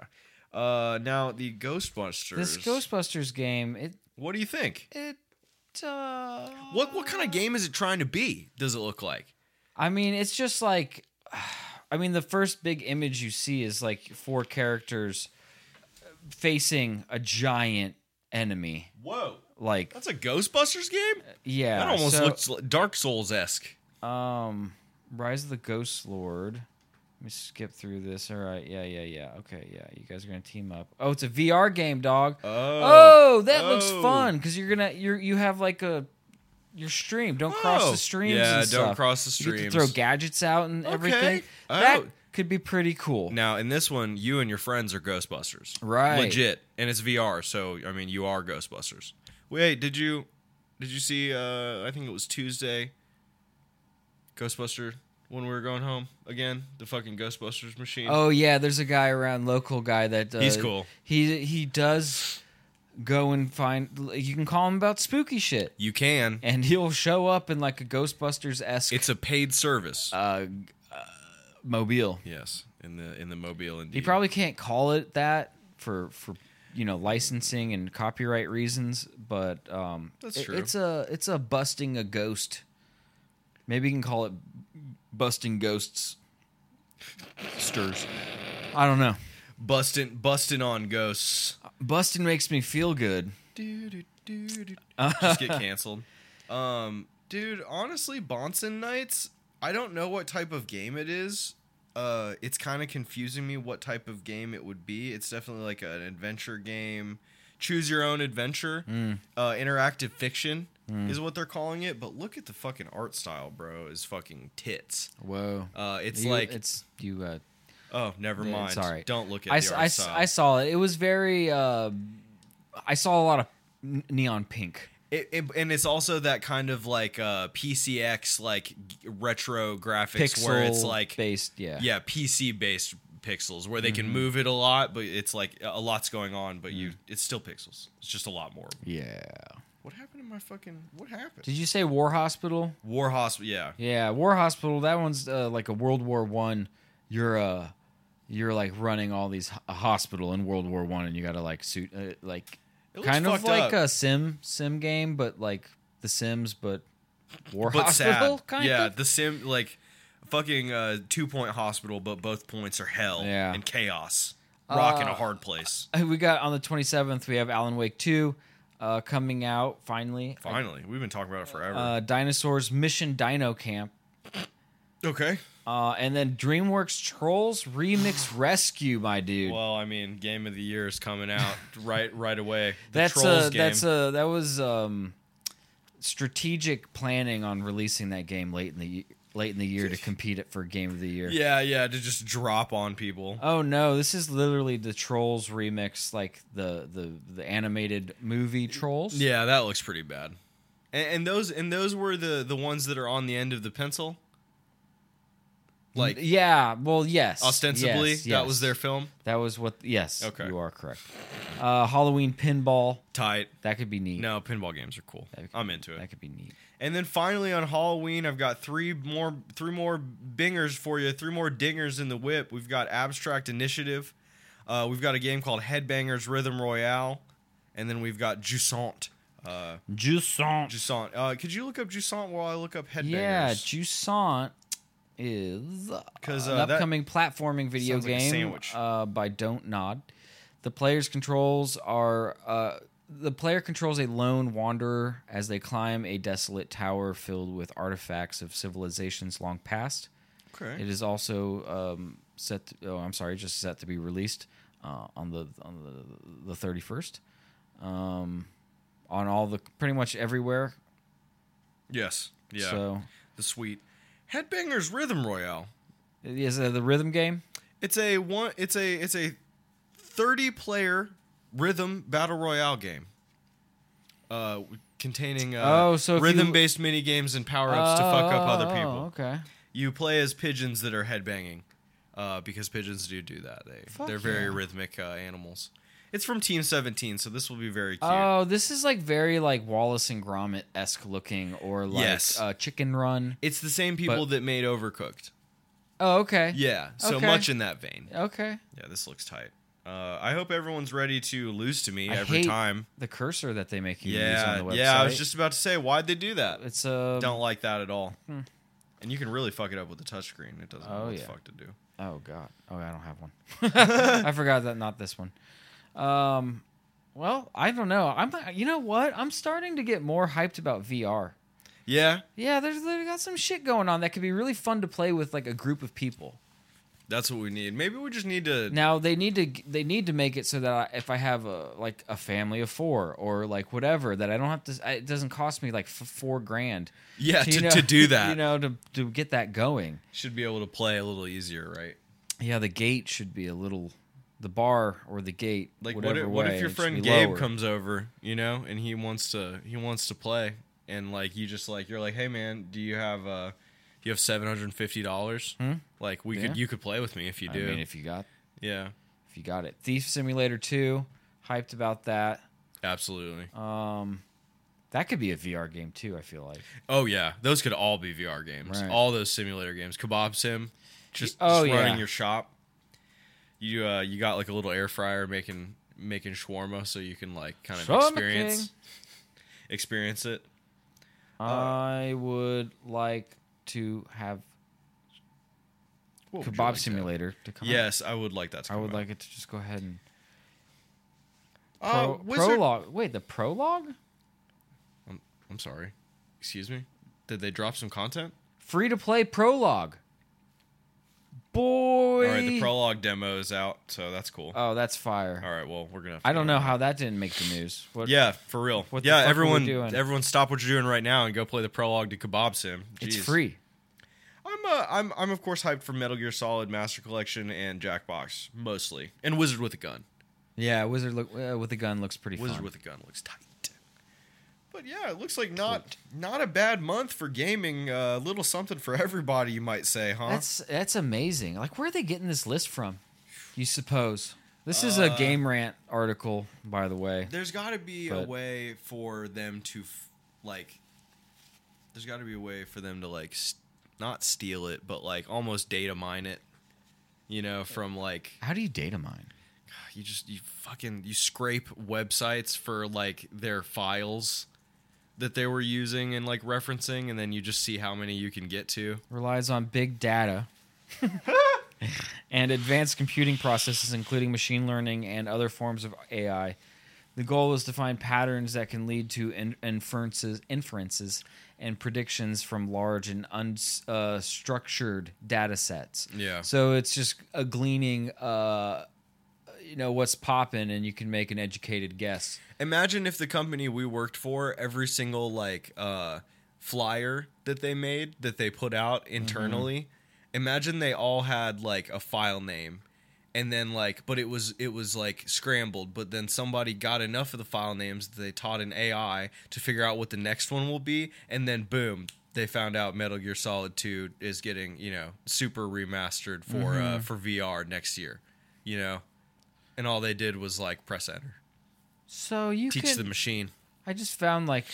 Speaker 3: Uh, now the Ghostbusters.
Speaker 2: This Ghostbusters game, it
Speaker 3: What do you think?
Speaker 2: it uh
Speaker 3: What what kind of game is it trying to be? Does it look like?
Speaker 2: I mean, it's just like (sighs) I mean, the first big image you see is like four characters facing a giant enemy.
Speaker 3: Whoa,
Speaker 2: Like
Speaker 3: that's a Ghostbusters game.
Speaker 2: yeah.
Speaker 3: That almost
Speaker 2: so,
Speaker 3: looks li- Dark Souls esque.
Speaker 2: um Rise of the Ghost Lord. Let me skip through this. All right. Yeah, yeah, yeah. Okay, yeah. You guys are going to team up. Oh, it's a VR game, dog. Oh, that looks
Speaker 3: Oh.
Speaker 2: fun because you're gonna you are you have like a your stream. Don't cross
Speaker 3: Oh.
Speaker 2: the streams.
Speaker 3: Yeah,
Speaker 2: and
Speaker 3: don't
Speaker 2: stuff.
Speaker 3: cross the
Speaker 2: You get
Speaker 3: streams.
Speaker 2: to throw gadgets out and
Speaker 3: Okay.
Speaker 2: everything.
Speaker 3: Oh.
Speaker 2: That could be pretty cool.
Speaker 3: Now in this one, you and your friends are Ghostbusters,
Speaker 2: Right.
Speaker 3: Legit, and it's VR, so I mean, you are Ghostbusters. Wait, did you did you see? Uh, I think it was Tuesday. Ghostbuster when we were going home again, the fucking Ghostbusters machine.
Speaker 2: Oh yeah, there's a guy around local guy that uh,
Speaker 3: He's cool.
Speaker 2: He he does go and find. You can call him about spooky shit,
Speaker 3: You can.
Speaker 2: and (laughs) he'll show up in like a Ghostbusters esque
Speaker 3: It's a paid service.
Speaker 2: uh, uh, mobile.
Speaker 3: yes, in the in the mobile indeed.
Speaker 2: He probably can't call it that for for you know licensing and copyright reasons, but um,
Speaker 3: That's
Speaker 2: it-
Speaker 3: true.
Speaker 2: It's a it's a busting a ghost. Maybe you can call it busting ghosts.
Speaker 3: stirs.
Speaker 2: I don't know.
Speaker 3: busting busting on ghosts.
Speaker 2: Busting makes me feel good.
Speaker 3: Just
Speaker 2: (laughs)
Speaker 3: get canceled. Um, dude, honestly, Bonson Nights. I don't know what type of game it is. Uh, it's kind of confusing me what type of game it would be. It's definitely like an adventure game. Choose your own adventure.
Speaker 2: Mm.
Speaker 3: Uh, interactive fiction is what they're calling it. But look at the fucking art style, bro. Is fucking tits.
Speaker 2: Whoa.
Speaker 3: Uh, it's
Speaker 2: You-
Speaker 3: like
Speaker 2: it's you. Uh,
Speaker 3: oh, never
Speaker 2: it's
Speaker 3: mind.
Speaker 2: all right.
Speaker 3: Don't look at
Speaker 2: I,
Speaker 3: the
Speaker 2: s-
Speaker 3: art
Speaker 2: I s-
Speaker 3: style.
Speaker 2: I saw it. It was very. Uh, I saw a lot of n- neon pink.
Speaker 3: It, it, and it's also that kind of like uh, PCX like g- retro graphics
Speaker 2: Pixel
Speaker 3: where it's like
Speaker 2: based. Mm-hmm. Yeah.
Speaker 3: yeah PC based pixels where they can move it a lot, but it's like a lot's going on, but
Speaker 2: Mm.
Speaker 3: you it's still pixels. It's just a lot more.
Speaker 2: Yeah.
Speaker 3: What happened to my fucking? What happened?
Speaker 2: Did you say War Hospital?
Speaker 3: War Hospital. Yeah,
Speaker 2: Yeah, War Hospital. That one's uh, like a World War One. You're uh, you're like running all these a hospital in World War One, and you got to like suit uh, like
Speaker 3: looks
Speaker 2: kind of
Speaker 3: fucked
Speaker 2: like
Speaker 3: up.
Speaker 2: a sim sim game, but like the Sims, but War
Speaker 3: but
Speaker 2: Hospital (laughs)
Speaker 3: sad.
Speaker 2: kind
Speaker 3: yeah,
Speaker 2: of.
Speaker 3: the sim like fucking uh, two point hospital, but both points are hell
Speaker 2: Yeah.
Speaker 3: and chaos. Rocking a hard place.
Speaker 2: Uh, We got on the 27th. We have Alan Wake two uh, coming out finally.
Speaker 3: Finally, we've been talking about it forever.
Speaker 2: Uh, Dinosaurs Mission Dino Camp.
Speaker 3: okay.
Speaker 2: Uh, and then DreamWorks
Speaker 3: (sighs)
Speaker 2: Trolls Remix Rescue, my dude.
Speaker 3: Well, I mean, game of the year is coming
Speaker 2: (laughs)
Speaker 3: out right right away. The
Speaker 2: that's
Speaker 3: Trolls
Speaker 2: a
Speaker 3: game.
Speaker 2: that's a that was um strategic planning on releasing that game late in the ye- late in
Speaker 3: (laughs)
Speaker 2: the year to compete it for game of the year.
Speaker 3: yeah, yeah, to just drop on people.
Speaker 2: Oh no, this is literally the Trolls remix like the the the animated movie Trolls.
Speaker 3: yeah, that looks pretty bad. And, and those and those were the the ones that are on the end of the pencil. Like
Speaker 2: Yeah, well yes.
Speaker 3: ostensibly,
Speaker 2: yes,
Speaker 3: that
Speaker 2: yes.
Speaker 3: was their film.
Speaker 2: That was what yes,
Speaker 3: Okay.
Speaker 2: you are correct. Uh Halloween pinball,
Speaker 3: Tight.
Speaker 2: that could be neat.
Speaker 3: No, pinball games are cool.
Speaker 2: That could-
Speaker 3: I'm into
Speaker 2: That
Speaker 3: it.
Speaker 2: could be neat.
Speaker 3: And then finally on Halloween, I've got three more three more bingers for you. Three more dingers in the whip. We've got Abstract Initiative. Uh, we've got a game called Headbangers Rhythm Royale, and then we've got Juicant. Uh,
Speaker 2: Juicant.
Speaker 3: Jusant. Uh, could you look up Jusant while I look up
Speaker 2: Yeah,
Speaker 3: Headbangers?
Speaker 2: Juicant is uh,
Speaker 3: 'Cause,
Speaker 2: an
Speaker 3: uh, that
Speaker 2: upcoming platforming video
Speaker 3: sounds like a
Speaker 2: game
Speaker 3: sandwich.
Speaker 2: uh, by Don't Nod. The player's controls are uh, the player controls a lone wanderer as they climb a desolate tower filled with artifacts of civilizations long past.
Speaker 3: okay.
Speaker 2: It is also um, set. To, oh, I'm sorry, just set to be released uh, on the on the the 31st. Um, on all the pretty much everywhere.
Speaker 3: Yes. Yeah.
Speaker 2: So
Speaker 3: The sweet Headbangers Rhythm Royale.
Speaker 2: is uh, the rhythm game?
Speaker 3: It's a one. It's a it's a thirty player rhythm battle royale game. uh, containing uh,
Speaker 2: Oh, so if you-
Speaker 3: rhythm-based mini games and power-ups to fuck up
Speaker 2: Oh,
Speaker 3: other
Speaker 2: oh,
Speaker 3: people.
Speaker 2: Okay.
Speaker 3: You play as pigeons that are headbanging, uh, because pigeons do do that. They
Speaker 2: Fuck
Speaker 3: they're very
Speaker 2: yeah.
Speaker 3: rhythmic uh, animals. It's from Team Seventeen, so this will be very cute.
Speaker 2: Oh, this is like very like Wallace and Gromit esque looking, or like
Speaker 3: Yes.
Speaker 2: uh, Chicken Run.
Speaker 3: it's the same people that made Overcooked.
Speaker 2: Oh, okay.
Speaker 3: Yeah, so
Speaker 2: Okay.
Speaker 3: much in that vein.
Speaker 2: Okay.
Speaker 3: Yeah, this looks tight. Uh, I hope everyone's ready to lose to me
Speaker 2: I
Speaker 3: every
Speaker 2: hate
Speaker 3: time.
Speaker 2: The cursor that they make you use on
Speaker 3: Yeah,
Speaker 2: the website.
Speaker 3: yeah. I was just about to say, why'd they do that?
Speaker 2: It's um, a.
Speaker 3: Don't like that at all. And you can really fuck it up with the touchscreen. It doesn't know
Speaker 2: Oh,
Speaker 3: what the
Speaker 2: yeah.
Speaker 3: fuck to do.
Speaker 2: Oh God. Oh, I
Speaker 3: (laughs)
Speaker 2: don't have one. I forgot that. Not this one. Um. Well, I don't know. I'm. uh, You know what? I'm starting to get more hyped about VR.
Speaker 3: Yeah,
Speaker 2: Yeah, there's they got some shit going on that could be really fun to play with like a group of people.
Speaker 3: that's what we need. Maybe we just need to.
Speaker 2: Now they need to they need to make it so that I, if I have a like a family of four or like whatever that I don't have to I- it doesn't cost me like f- four grand.
Speaker 3: yeah,
Speaker 2: (laughs) you
Speaker 3: to,
Speaker 2: know-
Speaker 3: to do that
Speaker 2: you know, to to get that going.
Speaker 3: should be able to play a little easier, right?
Speaker 2: Yeah, the gate should be a little, the bar or the gate.
Speaker 3: Like what
Speaker 2: whatever
Speaker 3: if, what
Speaker 2: way,
Speaker 3: if
Speaker 2: it
Speaker 3: your
Speaker 2: should
Speaker 3: friend
Speaker 2: be
Speaker 3: Gabe
Speaker 2: lower.
Speaker 3: comes over, you know, and he wants to he wants to play, and like you just like you're like, hey man, do you have uh do you have seven hundred and fifty dollars? Like we
Speaker 2: Hmm? Yeah.
Speaker 3: could you could play with me if you
Speaker 2: I
Speaker 3: do.
Speaker 2: mean, if you got
Speaker 3: yeah,
Speaker 2: if you got it, Thief Simulator Two, hyped about that.
Speaker 3: absolutely.
Speaker 2: Um, that could be a VR game too. I feel like.
Speaker 3: oh yeah, those could all be VR games.
Speaker 2: Right.
Speaker 3: All those simulator games, kebab sim, just,
Speaker 2: oh,
Speaker 3: just running
Speaker 2: yeah.
Speaker 3: your shop. You uh you got like a little air fryer making making shawarma, so you can like kind of
Speaker 2: Shawarma
Speaker 3: experience
Speaker 2: king.
Speaker 3: experience it. Uh,
Speaker 2: I would like to have
Speaker 3: What would you
Speaker 2: Kebab
Speaker 3: like to-
Speaker 2: Simulator to, come. out.
Speaker 3: Yes, I would like that. To come
Speaker 2: Uh-huh. I would
Speaker 3: out.
Speaker 2: like it to just go ahead and
Speaker 3: Uh,
Speaker 2: Pro-
Speaker 3: Wizard-
Speaker 2: prologue. Wait, the prologue?
Speaker 3: I'm, I'm sorry. Excuse me. Did they drop some content?
Speaker 2: Free to play prologue. Boy.
Speaker 3: All right, the prologue demo is out, so that's cool.
Speaker 2: oh, that's fire.
Speaker 3: All right, well, we're gonna. Have to
Speaker 2: I don't
Speaker 3: go.
Speaker 2: know how that didn't make the news. What,
Speaker 3: Yeah, for real.
Speaker 2: What the
Speaker 3: yeah,
Speaker 2: fuck were we
Speaker 3: everyone,
Speaker 2: doing?
Speaker 3: everyone, stop what you're doing right now and go play the prologue to Kebab Sim.
Speaker 2: it's
Speaker 3: Jeez.
Speaker 2: free.
Speaker 3: I'm, uh, I'm, I'm of course hyped for Metal Gear Solid Master Collection and Jackbox mostly, and Wizard with a Gun.
Speaker 2: Yeah, Wizard look, uh, with a gun looks pretty
Speaker 3: Wizard
Speaker 2: fun.
Speaker 3: with a Gun looks tight. But yeah, it looks like not not a bad month for gaming. A little something for (laughs) everybody, you might say, huh?
Speaker 2: that's that's amazing. Like, where are they getting this list from? You suppose this is a Game Rant article, by the way.
Speaker 3: There's got to be a
Speaker 2: But-
Speaker 3: way for them to f- like. There's got to be a way for them to like s not steal it, but like almost data mine it. You know, from like
Speaker 2: How do you data mine?
Speaker 3: you just you fucking you scrape websites for like their files that they were using and like referencing, and then you just see how many you can get to.
Speaker 2: Relies on big data and advanced computing processes, including machine learning and other forms of AI. The goal is to find patterns that can lead to in- inferences, inferences, and predictions from large and unstructured uh, structured data sets.
Speaker 3: Yeah.
Speaker 2: So it's just a gleaning, uh, you know, what's popping, and you can make an educated guess.
Speaker 3: Imagine if the company we worked for, every single like uh, flyer that they made that they put out internally, imagine they all had like a file name, and then like, but it was it was like scrambled. But then somebody got enough of the file names that they taught an AI to figure out what the next one will be, and then boom, they found out Metal Gear Solid Two is getting you know super remastered for uh, for VR next year, you know, and all they did was like press enter
Speaker 2: So you
Speaker 3: teach
Speaker 2: can,
Speaker 3: the machine.
Speaker 2: I just found like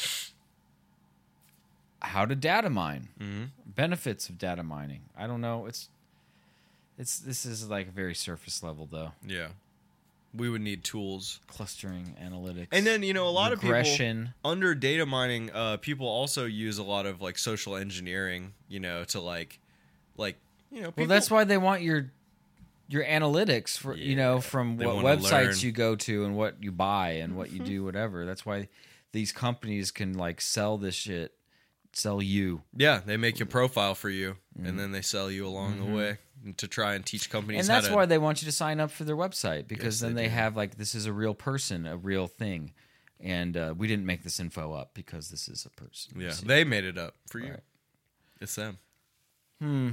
Speaker 2: how to data mine,
Speaker 3: Mm-hmm.
Speaker 2: benefits of data mining. I don't know. It's it's this is like very surface level though.
Speaker 3: Yeah, we would need tools.
Speaker 2: Clustering analytics,
Speaker 3: And then you know a lot of
Speaker 2: Regression.
Speaker 3: people under data mining, uh, people also use a lot of like social engineering. You know, to like, like you know, people,
Speaker 2: well, that's why they want your your analytics for you know from
Speaker 3: They
Speaker 2: what
Speaker 3: wanna
Speaker 2: websites
Speaker 3: learn. Mm-hmm.
Speaker 2: you go to and what you buy and what you do, whatever. That's why these companies can like sell this shit, sell you.
Speaker 3: yeah they make a profile for you, and then they sell you along the way to try and teach companies.
Speaker 2: Mm. Mm-hmm. and that's
Speaker 3: how to,
Speaker 2: why they want you to sign up for their website because
Speaker 3: Yes,
Speaker 2: then
Speaker 3: they
Speaker 2: they,
Speaker 3: do.
Speaker 2: have like this is a real person, a real thing, and uh, we didn't make this info up because this is a person. you
Speaker 3: Yeah,
Speaker 2: see.
Speaker 3: they made it up for you.
Speaker 2: Right.
Speaker 3: It's them. Hmm.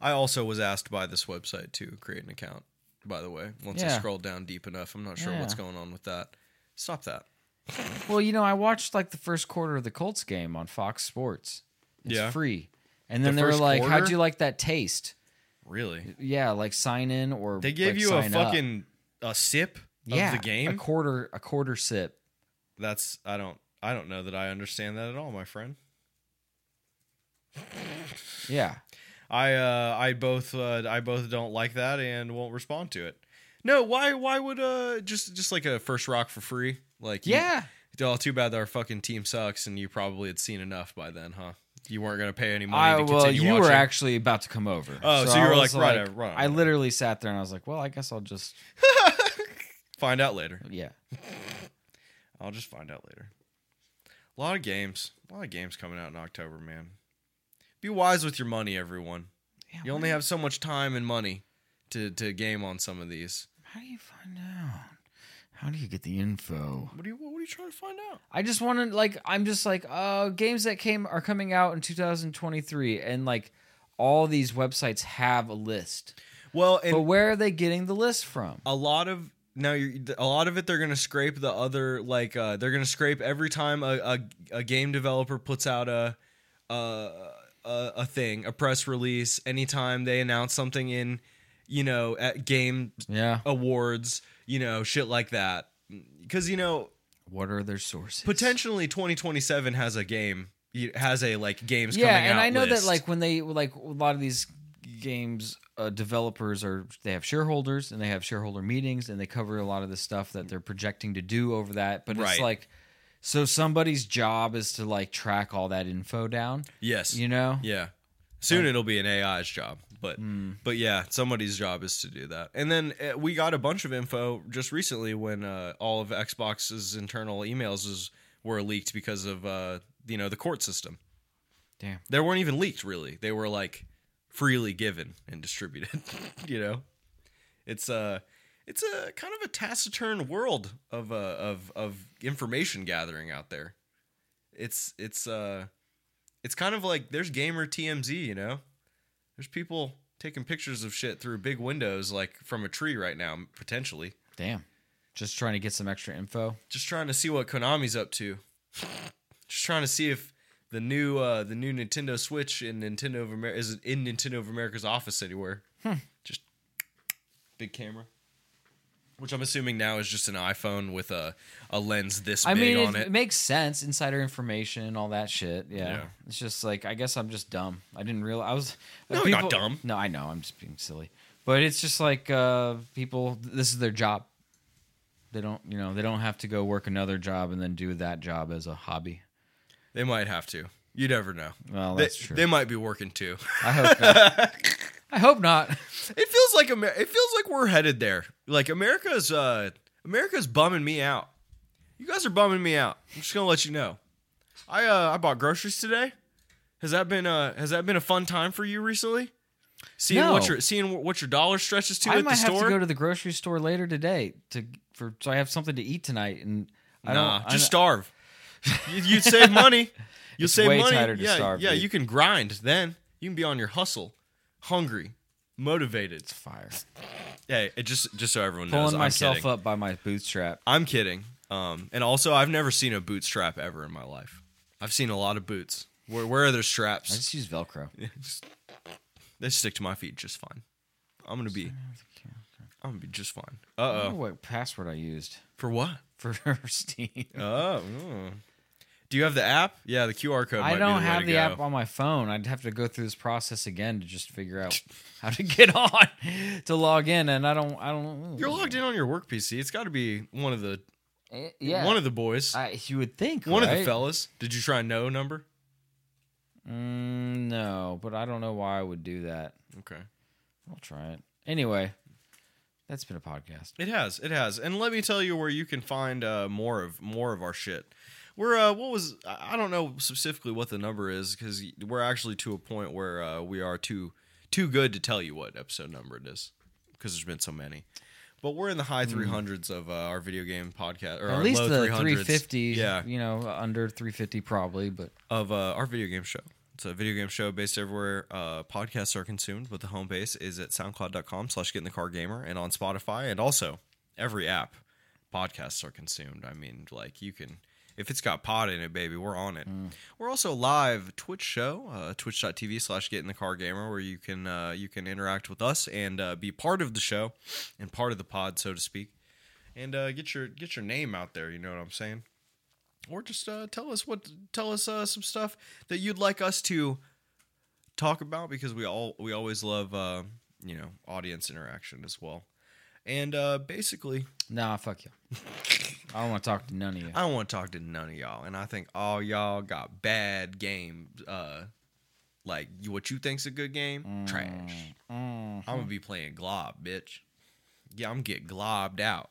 Speaker 3: I also was asked by this website to create an account. By the way, once I
Speaker 2: Yeah.
Speaker 3: scroll down deep enough, I'm not sure
Speaker 2: Yeah.
Speaker 3: what's going on with that. Stop that.
Speaker 2: Well, you know, I watched like the first quarter of the Colts game on Fox Sports. It's
Speaker 3: Yeah.
Speaker 2: free. And then
Speaker 3: The
Speaker 2: they were
Speaker 3: first
Speaker 2: like, "How'd
Speaker 3: quarter?
Speaker 2: you like that taste?"
Speaker 3: Really?
Speaker 2: Yeah, like sign in or
Speaker 3: They gave
Speaker 2: like,
Speaker 3: you a
Speaker 2: sign up.
Speaker 3: fucking a sip
Speaker 2: yeah,
Speaker 3: of the
Speaker 2: a
Speaker 3: game.
Speaker 2: quarter a quarter sip.
Speaker 3: That's I don't I don't know that I understand that at all, my friend.
Speaker 2: Yeah,
Speaker 3: I uh, I both uh, I both don't like that and won't respond to it. No, why why would uh just just like a first rock for free like you-
Speaker 2: yeah.
Speaker 3: Oh, too bad that our fucking team sucks, and you probably had seen enough by then, huh? You weren't gonna pay any money.
Speaker 2: I,
Speaker 3: to
Speaker 2: well,
Speaker 3: continue
Speaker 2: you
Speaker 3: watching.
Speaker 2: were actually about to come over.
Speaker 3: Oh, so you
Speaker 2: I
Speaker 3: were
Speaker 2: was
Speaker 3: like, right, uh, right, right.
Speaker 2: I literally sat there and I was like, "Well, I guess I'll just
Speaker 3: (laughs) find out later.
Speaker 2: yeah."
Speaker 3: I'll just find out later. A lot of games, a lot of games coming out in October, man. Be wise with your money, everyone.
Speaker 2: Yeah,
Speaker 3: You only have so much time and money to to game on some of these.
Speaker 2: How do you find out? How do you get the info?
Speaker 3: What are you What are you trying to find out?
Speaker 2: I just want to like I'm just like uh games that came are coming out in 2023 and like all these websites have a list.
Speaker 3: Well, and
Speaker 2: but where are they getting the list from?
Speaker 3: a lot of now you're, a lot of it they're gonna scrape the other like uh, they're gonna scrape every time a, a, a game developer puts out a, a a a thing a press release anytime they announce something in you know at game
Speaker 2: Yeah.
Speaker 3: awards you know shit like that because you know
Speaker 2: What are their sources?
Speaker 3: potentially 2027 has a game it has a like games
Speaker 2: Yeah,
Speaker 3: coming
Speaker 2: and
Speaker 3: out
Speaker 2: I know
Speaker 3: list.
Speaker 2: that like when they like a lot of these games uh, developers are they have shareholders and they have shareholder meetings and they cover a lot of the stuff that they're projecting to do over that, but
Speaker 3: Right.
Speaker 2: it's like so somebody's job is to like track all that info down,
Speaker 3: yes
Speaker 2: you know?
Speaker 3: Yeah. Soon it'll be an AI's job, but
Speaker 2: Hmm.
Speaker 3: but yeah, somebody's job is to do that. And then uh, we got a bunch of info just recently when uh, all of Xbox's internal emails is, were leaked because of uh, you know the court system.
Speaker 2: Damn.
Speaker 3: They weren't even leaked really; they were like freely given and distributed. (laughs) you know, it's uh it's a kind of a taciturn world of uh, of of information gathering out there. It's it's uh it's kind of like there's gamer TMZ, you know. There's people taking pictures of shit through big windows like from a tree right now potentially.
Speaker 2: Damn. Just trying to get some extra info.
Speaker 3: Just trying to see what Konami's up to. Just trying to see if the new uh the new Nintendo Switch in Nintendo of America is in Nintendo of America's office anywhere.
Speaker 2: Hmm.
Speaker 3: Just big camera. Which I'm assuming now is just an iPhone with a a lens this
Speaker 2: I
Speaker 3: big
Speaker 2: mean,
Speaker 3: on
Speaker 2: it,
Speaker 3: it.
Speaker 2: makes sense. Insider information and all that shit. Yeah.
Speaker 3: Yeah.
Speaker 2: It's just like, I guess I'm just dumb. I didn't realize. I was. uh,
Speaker 3: No, you're not dumb.
Speaker 2: No, I know. I'm just being silly. But it's just like uh, people, this is their job. They don't, you know, they don't have to go work another job and then do that job as a hobby.
Speaker 3: They might have to. You never know.
Speaker 2: Well,
Speaker 3: They-
Speaker 2: that's true.
Speaker 3: they might be working too. (laughs)
Speaker 2: I hope not. I hope not.
Speaker 3: It feels like Amer- it feels like we're headed there. Like America's uh America's bumming me out. You guys are bumming me out. I'm just gonna let you know. I uh I bought groceries today. Has that been uh has that been a fun time for you recently? Seeing what
Speaker 2: No.
Speaker 3: your seeing wh- what your dollar stretches to
Speaker 2: I
Speaker 3: at
Speaker 2: might
Speaker 3: the
Speaker 2: have
Speaker 3: store.
Speaker 2: to go to the grocery store later today to for so I have something to eat tonight. And I
Speaker 3: nah,
Speaker 2: don't. I
Speaker 3: just
Speaker 2: don't- (laughs)
Speaker 3: starve. you, you'd save money. You'll
Speaker 2: It's
Speaker 3: save
Speaker 2: way
Speaker 3: money.
Speaker 2: tighter to
Speaker 3: yeah,
Speaker 2: starve,
Speaker 3: yeah.
Speaker 2: dude.
Speaker 3: You can grind then. You can be on your hustle, hungry, motivated.
Speaker 2: fire.
Speaker 3: Hey, it just just so everyone knows,
Speaker 2: Pulling
Speaker 3: I'm
Speaker 2: myself
Speaker 3: kidding.
Speaker 2: up by my bootstrap.
Speaker 3: I'm kidding. Um, and also, I've never seen a boot strap ever in my life. I've seen a lot of boots. Where, where are their (laughs)
Speaker 2: I
Speaker 3: straps?
Speaker 2: just use Velcro.
Speaker 3: They stick to my feet just fine. I'm gonna be. I'm gonna be just fine. Uh
Speaker 2: I
Speaker 3: oh.
Speaker 2: wonder what password I used
Speaker 3: For what?
Speaker 2: for (laughs) Steam.
Speaker 3: Oh. mm. Do you have the app? Yeah, the QR code. might
Speaker 2: I
Speaker 3: be
Speaker 2: don't
Speaker 3: way
Speaker 2: have
Speaker 3: to
Speaker 2: the
Speaker 3: go.
Speaker 2: app on my phone. I'd have to go through this process again to just figure out (laughs) how to get on to log in, and I don't. I don't.
Speaker 3: You're logged in on your work PC. It's got to be one of the
Speaker 2: Eh, Yeah.
Speaker 3: one of the boys,
Speaker 2: I, you would think
Speaker 3: one of the
Speaker 2: right?
Speaker 3: fellas. Did you try no number?
Speaker 2: Mm, no, but I don't know why I would do that.
Speaker 3: Okay.
Speaker 2: I'll try it anyway. That's been a podcast.
Speaker 3: It has, it has, and let me tell you where you can find uh, more of more of our shit. We're uh, what was I I don't know specifically what the number is because we're actually to a point where uh, we are too too good to tell you what episode number it is because there's been so many. But we're in the high 300s of uh, our video game podcast, or our
Speaker 2: Hmm. At least
Speaker 3: low
Speaker 2: the
Speaker 3: 300s,
Speaker 2: 350.
Speaker 3: yeah,
Speaker 2: You know, under 350 probably, but
Speaker 3: of uh, our video game show. It's a video game show based everywhere uh, podcasts are consumed, but the home base is at soundcloud.com slash get in the car gamer and on Spotify and also every app podcasts are consumed. I mean, like you can if it's got pod in it, baby, we're on it. We're also live Twitch show, uh, twitch.tv slash get in the car gamer, where you can uh, you can interact with us and uh, be part of the show and part of the pod, so to speak. And uh, get your get your name out there, you know what I'm saying? Or just uh, tell us what tell us uh, some stuff that you'd like us to talk about because we all we always love uh, you know audience interaction as well. And uh, basically, (laughs)
Speaker 2: Nah, fuck you. I don't want to talk to none of you.
Speaker 3: I don't want to talk to none of y'all, and I think all y'all got bad game. Uh, like you- what you think's a good game,
Speaker 2: Mm.
Speaker 3: trash.
Speaker 2: Mm-hmm.
Speaker 3: I'm gonna be playing glob, bitch. Yeah, I'm gonna get globbed out.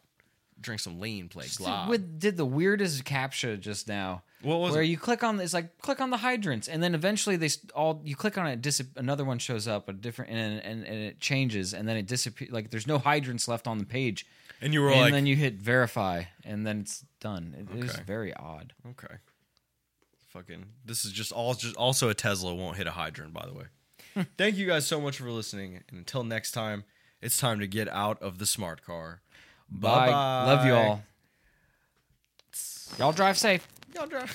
Speaker 3: Drink some lean, play glob.
Speaker 2: With, did the weirdest captcha just now.
Speaker 3: What was
Speaker 2: where
Speaker 3: it?
Speaker 2: you click on it's like click on the hydrants and then eventually they s- all you click on it dis- another one shows up a different and, and and it changes and then it disappears like there's no hydrants left on the page
Speaker 3: and you were
Speaker 2: and
Speaker 3: like,
Speaker 2: then you hit verify and then it's done it, it was
Speaker 3: Okay.
Speaker 2: very odd
Speaker 3: okay, fucking. This is just all just also a Tesla won't hit a hydrant. By the way,
Speaker 2: (laughs)
Speaker 3: thank you guys so much for listening, and until next time, it's time to get out of the smart car.
Speaker 2: bye
Speaker 3: Bye-bye.
Speaker 2: love you all y'all drive safe
Speaker 3: Y'all drive.